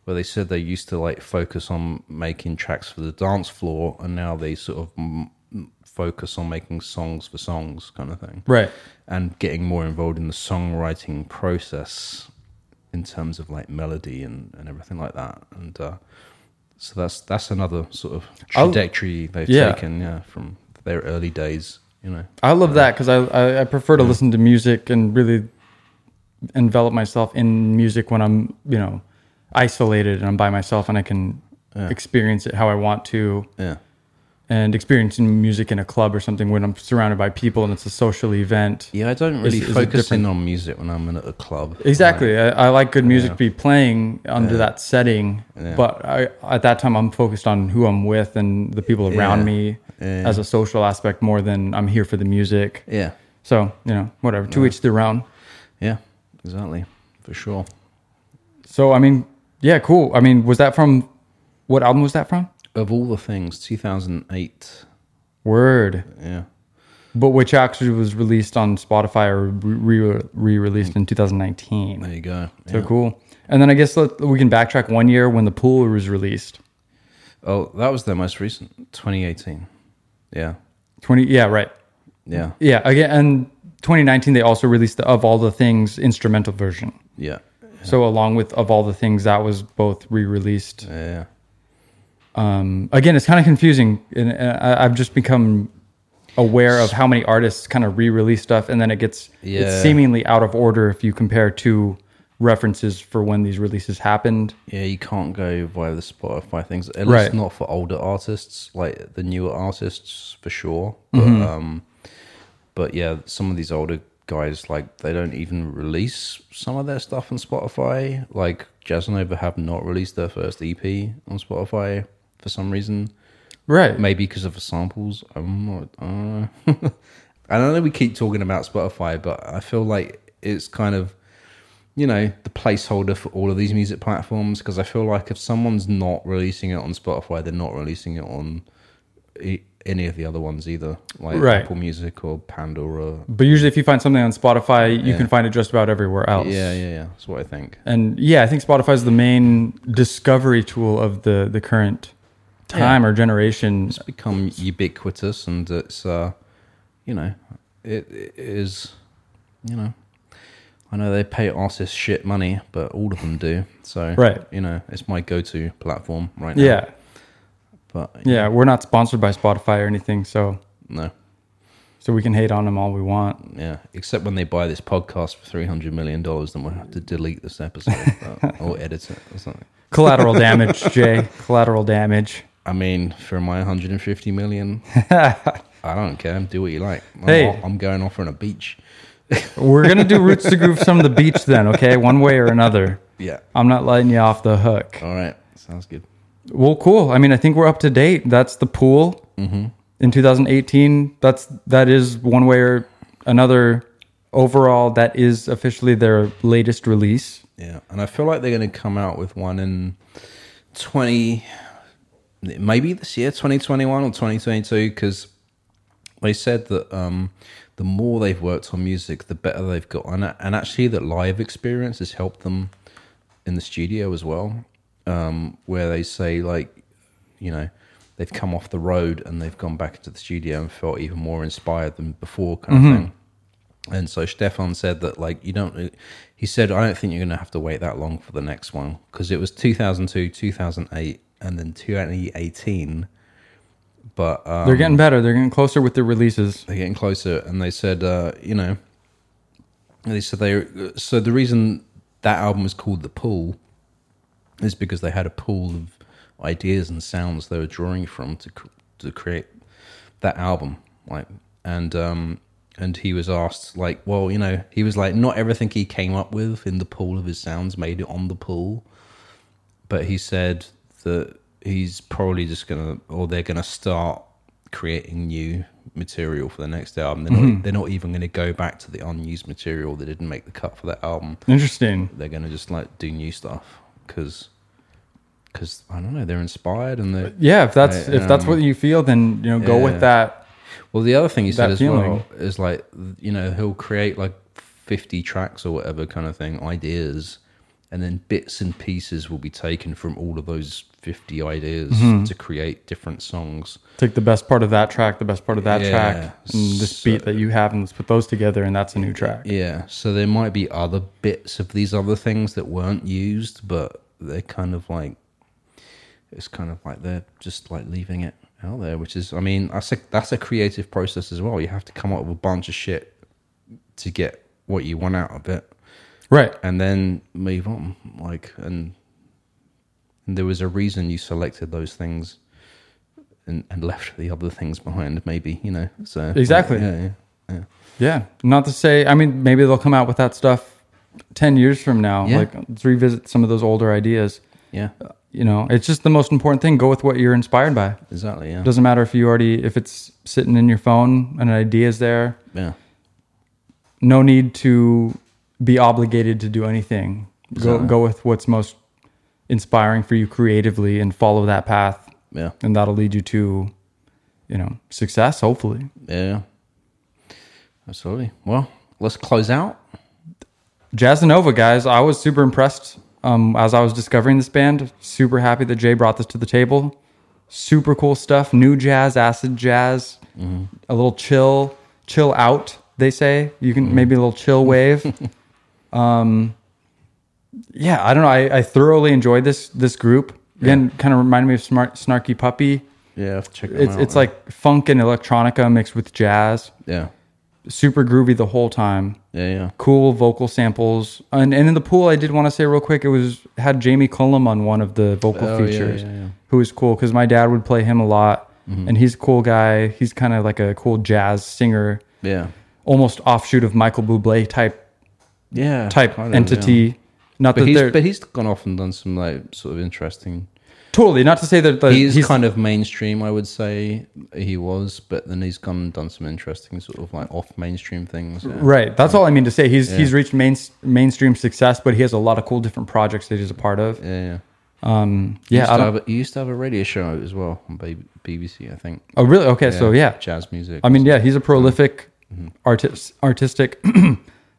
[SPEAKER 2] Where they said they used to like focus on making tracks for the dance floor, and now they sort of m- m- focus on making songs for songs, kind of thing
[SPEAKER 1] Right.
[SPEAKER 2] and getting more involved in the songwriting process in terms of like melody and, and everything like that. And uh, so that's that's another sort of
[SPEAKER 1] I'll-
[SPEAKER 2] trajectory they've
[SPEAKER 1] Yeah.
[SPEAKER 2] taken, yeah, from their early days, you know.
[SPEAKER 1] I love that because I, I I prefer to listen to music and really envelop myself in music when I'm you know isolated and I'm by myself and I can experience it how I want to
[SPEAKER 2] Yeah.
[SPEAKER 1] and experiencing music in a club or something when I'm surrounded by people and it's a social event.
[SPEAKER 2] Yeah, I don't really
[SPEAKER 1] It's- it's a
[SPEAKER 2] focus
[SPEAKER 1] different-
[SPEAKER 2] in on music when I'm in a club.
[SPEAKER 1] Exactly. I, I like good music to be playing under that setting,
[SPEAKER 2] Yeah.
[SPEAKER 1] but I, at that time I'm focused on who I'm with and the people around
[SPEAKER 2] Yeah.
[SPEAKER 1] me
[SPEAKER 2] Yeah.
[SPEAKER 1] as a social aspect more than I'm here for the music.
[SPEAKER 2] Like, yeah.
[SPEAKER 1] So, you know, whatever. To each their own.
[SPEAKER 2] Yeah. Exactly. For sure.
[SPEAKER 1] So I mean, yeah, cool. I mean, was that from what album was that from?
[SPEAKER 2] Of all the things, 2008.
[SPEAKER 1] Word,
[SPEAKER 2] Yeah.
[SPEAKER 1] but which actually was released on Spotify or re re released in 2019.
[SPEAKER 2] There you go.
[SPEAKER 1] So
[SPEAKER 2] Yeah.
[SPEAKER 1] cool. And then I guess let, we can backtrack one year when the pool was released.
[SPEAKER 2] Oh, that was their most recent, 2018. Yeah.
[SPEAKER 1] 20. Yeah, right.
[SPEAKER 2] Yeah.
[SPEAKER 1] Yeah, again, and 2019 they also released the of all the things instrumental version.
[SPEAKER 2] Yeah.
[SPEAKER 1] So along with of all the things that was both re released.
[SPEAKER 2] Yeah.
[SPEAKER 1] um, again, it's kind of confusing, and uh, I- I've just become aware of how many artists kind of re-release stuff, and then it gets
[SPEAKER 2] Yeah.
[SPEAKER 1] it's seemingly out of order if you compare two references for when these releases happened.
[SPEAKER 2] Yeah, you can't go via the Spotify things. At least
[SPEAKER 1] Right.
[SPEAKER 2] not for older artists, like the newer artists for sure. But, um, but yeah, some of these older guys, like they don't even release some of their stuff on Spotify. Like Jazz Nova have not released their first EP on Spotify for some reason.
[SPEAKER 1] Right.
[SPEAKER 2] Maybe because of the samples. I'm not. I don't know. I don't know. We keep talking about Spotify, but I feel like it's kind of, you know, the placeholder for all of these music platforms. Because I feel like if someone's not releasing it on Spotify, they're not releasing it on e- any of the other ones either, like
[SPEAKER 1] Right.
[SPEAKER 2] Apple Music or Pandora.
[SPEAKER 1] But usually, if you find something on Spotify, you
[SPEAKER 2] Yeah.
[SPEAKER 1] can find it just about everywhere else.
[SPEAKER 2] Yeah, yeah, yeah. That's what I think.
[SPEAKER 1] And yeah, I think Spotify is the main discovery tool of the the current time or generation.
[SPEAKER 2] It's become ubiquitous, and it's, uh, you know, it, it is, you know, I know they pay artists shit money, but all of them do. So,
[SPEAKER 1] Right.
[SPEAKER 2] you know, it's my go-to platform right now.
[SPEAKER 1] Yeah.
[SPEAKER 2] but
[SPEAKER 1] Yeah, we're not sponsored by Spotify or anything, so
[SPEAKER 2] no,
[SPEAKER 1] so we can hate on them all we want.
[SPEAKER 2] yeah. Except when they buy this podcast for three hundred million dollars, then we'll have to delete this episode but- or edit it or something.
[SPEAKER 1] Collateral damage, Jay. Collateral damage.
[SPEAKER 2] I mean, for my 150 million, I don't care. Do what you like. I'm,
[SPEAKER 1] Hey.
[SPEAKER 2] I'm going off on a beach.
[SPEAKER 1] We're gonna do roots to groove some of the beach then, okay? One way or another.
[SPEAKER 2] Yeah.
[SPEAKER 1] I'm not letting you off the hook.
[SPEAKER 2] All right. Sounds good.
[SPEAKER 1] Well, cool. I mean, I think we're up to date. That's the pool
[SPEAKER 2] Mm-hmm.
[SPEAKER 1] in 2018. That's that is one way or another. Overall, that is officially their latest release.
[SPEAKER 2] Yeah, and I feel like they're going to come out with one in twenty, maybe this year, twenty twenty one or twenty twenty two, because they said that um, the more they've worked on music, the better they've got on it, and actually that live experience has helped them in the studio as well, um, where they say like, you know, they've come off the road and they've gone back into the studio and felt even more inspired than before, kind of thing. And so Stefan said that, like, you don't, he said, I don't think you're going to have to wait that long for the next one because it was 2002, 2008, and then 2018. But um,
[SPEAKER 1] They're getting better. They're getting closer with their releases.
[SPEAKER 2] they're getting closer and they said uh, you know they said they so the reason that album was called the pool is because they had a pool of ideas and sounds they were drawing from to cr- to create that album like and um and he was asked like well you know he was like not everything he came up with in the pool of his sounds made it on the pool but he said that he's probably just gonna or they're gonna start creating new material for the next album they're, not, they're not even gonna go back to the unused material that didn't make the cut for that album
[SPEAKER 1] Interesting.
[SPEAKER 2] they're gonna just like do new stuff because because i don't know they're inspired and they're
[SPEAKER 1] Yeah, if that's
[SPEAKER 2] I,
[SPEAKER 1] if that's what you feel, then you know go
[SPEAKER 2] yeah.
[SPEAKER 1] with that.
[SPEAKER 2] Well, the other thing he said
[SPEAKER 1] That
[SPEAKER 2] as
[SPEAKER 1] feeling.
[SPEAKER 2] well is like, you know, he'll create like 50 tracks or whatever kind of thing, ideas, and then bits and pieces will be taken from all of those 50 ideas
[SPEAKER 1] Mm-hmm.
[SPEAKER 2] to create different songs.
[SPEAKER 1] Take the best part of that track, the best part of that
[SPEAKER 2] Yeah.
[SPEAKER 1] track, and this beat that you have, and let's put those together, and that's a new track.
[SPEAKER 2] Yeah. So there might be other bits of these other things that weren't used, but they're kind of like, it's kind of like they're just like leaving it out there, which is, I mean, that's a, that's a creative process as well. You have to come up with a bunch of shit to get what you want out of it.
[SPEAKER 1] Right.
[SPEAKER 2] and then move on. Like, and, and there was a reason you selected those things and, and left the other things behind, maybe, you know? So,
[SPEAKER 1] Exactly.
[SPEAKER 2] Yeah, yeah, yeah.
[SPEAKER 1] Yeah. Not to say, I mean, maybe they'll come out with that stuff ten years from now.
[SPEAKER 2] Yeah.
[SPEAKER 1] Like let's revisit some of those older ideas.
[SPEAKER 2] Yeah,
[SPEAKER 1] You know, it's just the most important thing. Go with what you're inspired by. It
[SPEAKER 2] exactly. Yeah.
[SPEAKER 1] doesn't matter if you already if it's sitting in your phone and an idea is there.
[SPEAKER 2] yeah.
[SPEAKER 1] no need to be obligated to do anything. Go
[SPEAKER 2] Exactly.
[SPEAKER 1] go with what's most inspiring for you creatively and follow that path
[SPEAKER 2] Yeah.
[SPEAKER 1] and that'll lead you to you know success hopefully.
[SPEAKER 2] Yeah. Absolutely. Well, let's close out.
[SPEAKER 1] Jazzanova guys, I was super impressed um, as I was discovering this band. Super happy that Jay brought this to the table. Super cool stuff, new jazz, acid jazz, a little chill, chill out, they say. You can maybe a little chill wave. um yeah, I don't know. I, I thoroughly enjoyed this this group. Again, kind of reminded me of Smart Snarky Puppy.
[SPEAKER 2] Yeah. I've checked them
[SPEAKER 1] It's
[SPEAKER 2] out.
[SPEAKER 1] it's like funk and electronica mixed with jazz.
[SPEAKER 2] yeah.
[SPEAKER 1] Super groovy the whole time
[SPEAKER 2] Yeah. Yeah.
[SPEAKER 1] cool vocal samples. And and in the pool, I did want to say real quick, it was had Jamie Cullum on one of the vocal
[SPEAKER 2] Oh, yeah,
[SPEAKER 1] features,
[SPEAKER 2] yeah, yeah. Mm-hmm.
[SPEAKER 1] who was cool because my dad would play him a lot, and he's a cool guy. He's kind of like a cool jazz singer,
[SPEAKER 2] Yeah.
[SPEAKER 1] almost offshoot of Michael Bublé type
[SPEAKER 2] Yeah.
[SPEAKER 1] type
[SPEAKER 2] kind of,
[SPEAKER 1] entity.
[SPEAKER 2] yeah.
[SPEAKER 1] Not
[SPEAKER 2] But
[SPEAKER 1] that
[SPEAKER 2] he's,
[SPEAKER 1] they're
[SPEAKER 2] but he's gone off and done some like sort of interesting
[SPEAKER 1] totally not to say that the,
[SPEAKER 2] he's,
[SPEAKER 1] he's
[SPEAKER 2] kind of mainstream, I would say he was, but then he's gone and done some interesting sort of like off mainstream things. yeah.
[SPEAKER 1] right. That's all I mean to say. He's
[SPEAKER 2] Yeah.
[SPEAKER 1] he's reached main, mainstream success, but he has a lot of cool different projects that he's a part of.
[SPEAKER 2] Yeah, yeah.
[SPEAKER 1] Um,
[SPEAKER 2] He
[SPEAKER 1] yeah,
[SPEAKER 2] used
[SPEAKER 1] I
[SPEAKER 2] to
[SPEAKER 1] don't,
[SPEAKER 2] have a, he used to have a radio show as well on B- BBC, I think.
[SPEAKER 1] oh really? Okay, so yeah,
[SPEAKER 2] jazz music.
[SPEAKER 1] I mean, yeah, he's a prolific artist, artistic.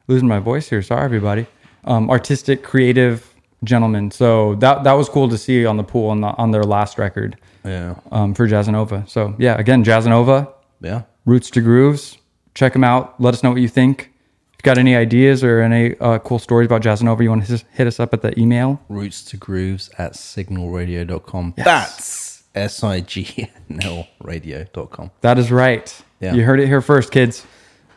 [SPEAKER 1] losing my voice here. Sorry, everybody. Um, artistic, creative gentleman. So that that was cool to see on the pool on the, on their last record
[SPEAKER 2] yeah,
[SPEAKER 1] um, for Jazzanova. So yeah, again, Jazzanova,
[SPEAKER 2] yeah,
[SPEAKER 1] Roots to Grooves. Check them out. Let us know what you think. If you got any ideas or any uh, cool stories about Jazzanova, you want to hit us up at the email.
[SPEAKER 2] roots to grooves at signalradio.com.
[SPEAKER 1] Yes.
[SPEAKER 2] That's S I G N L radio.com.
[SPEAKER 1] That is right.
[SPEAKER 2] Yeah.
[SPEAKER 1] You heard it here first, kids.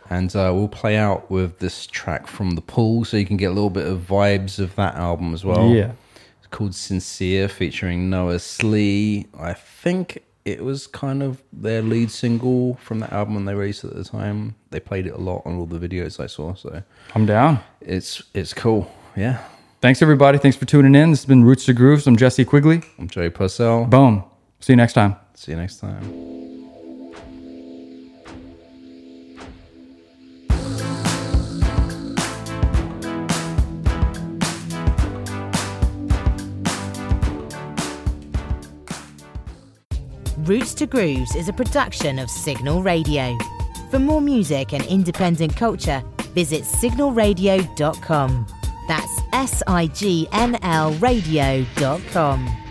[SPEAKER 2] And uh, we'll play out with this track from The Pool so you can get a little bit of vibes of that album as well.
[SPEAKER 1] Yeah.
[SPEAKER 2] It's called Sincere featuring Noah Slee. I think it was kind of their lead single from that album when they released it at the time. They played it a lot on all the videos I saw, so
[SPEAKER 1] I'm down.
[SPEAKER 2] it's it's cool. Yeah.
[SPEAKER 1] Thanks everybody. Thanks for tuning in. This has been Roots to Grooves. I'm Jesse Quigley.
[SPEAKER 2] I'm Joe Purcell.
[SPEAKER 1] Boom. See you next time.
[SPEAKER 2] See you next time.
[SPEAKER 3] Roots to Grooves is a production of Signal Radio. For more music and independent culture, visit signalradio.com. That's S I G N L radio.com.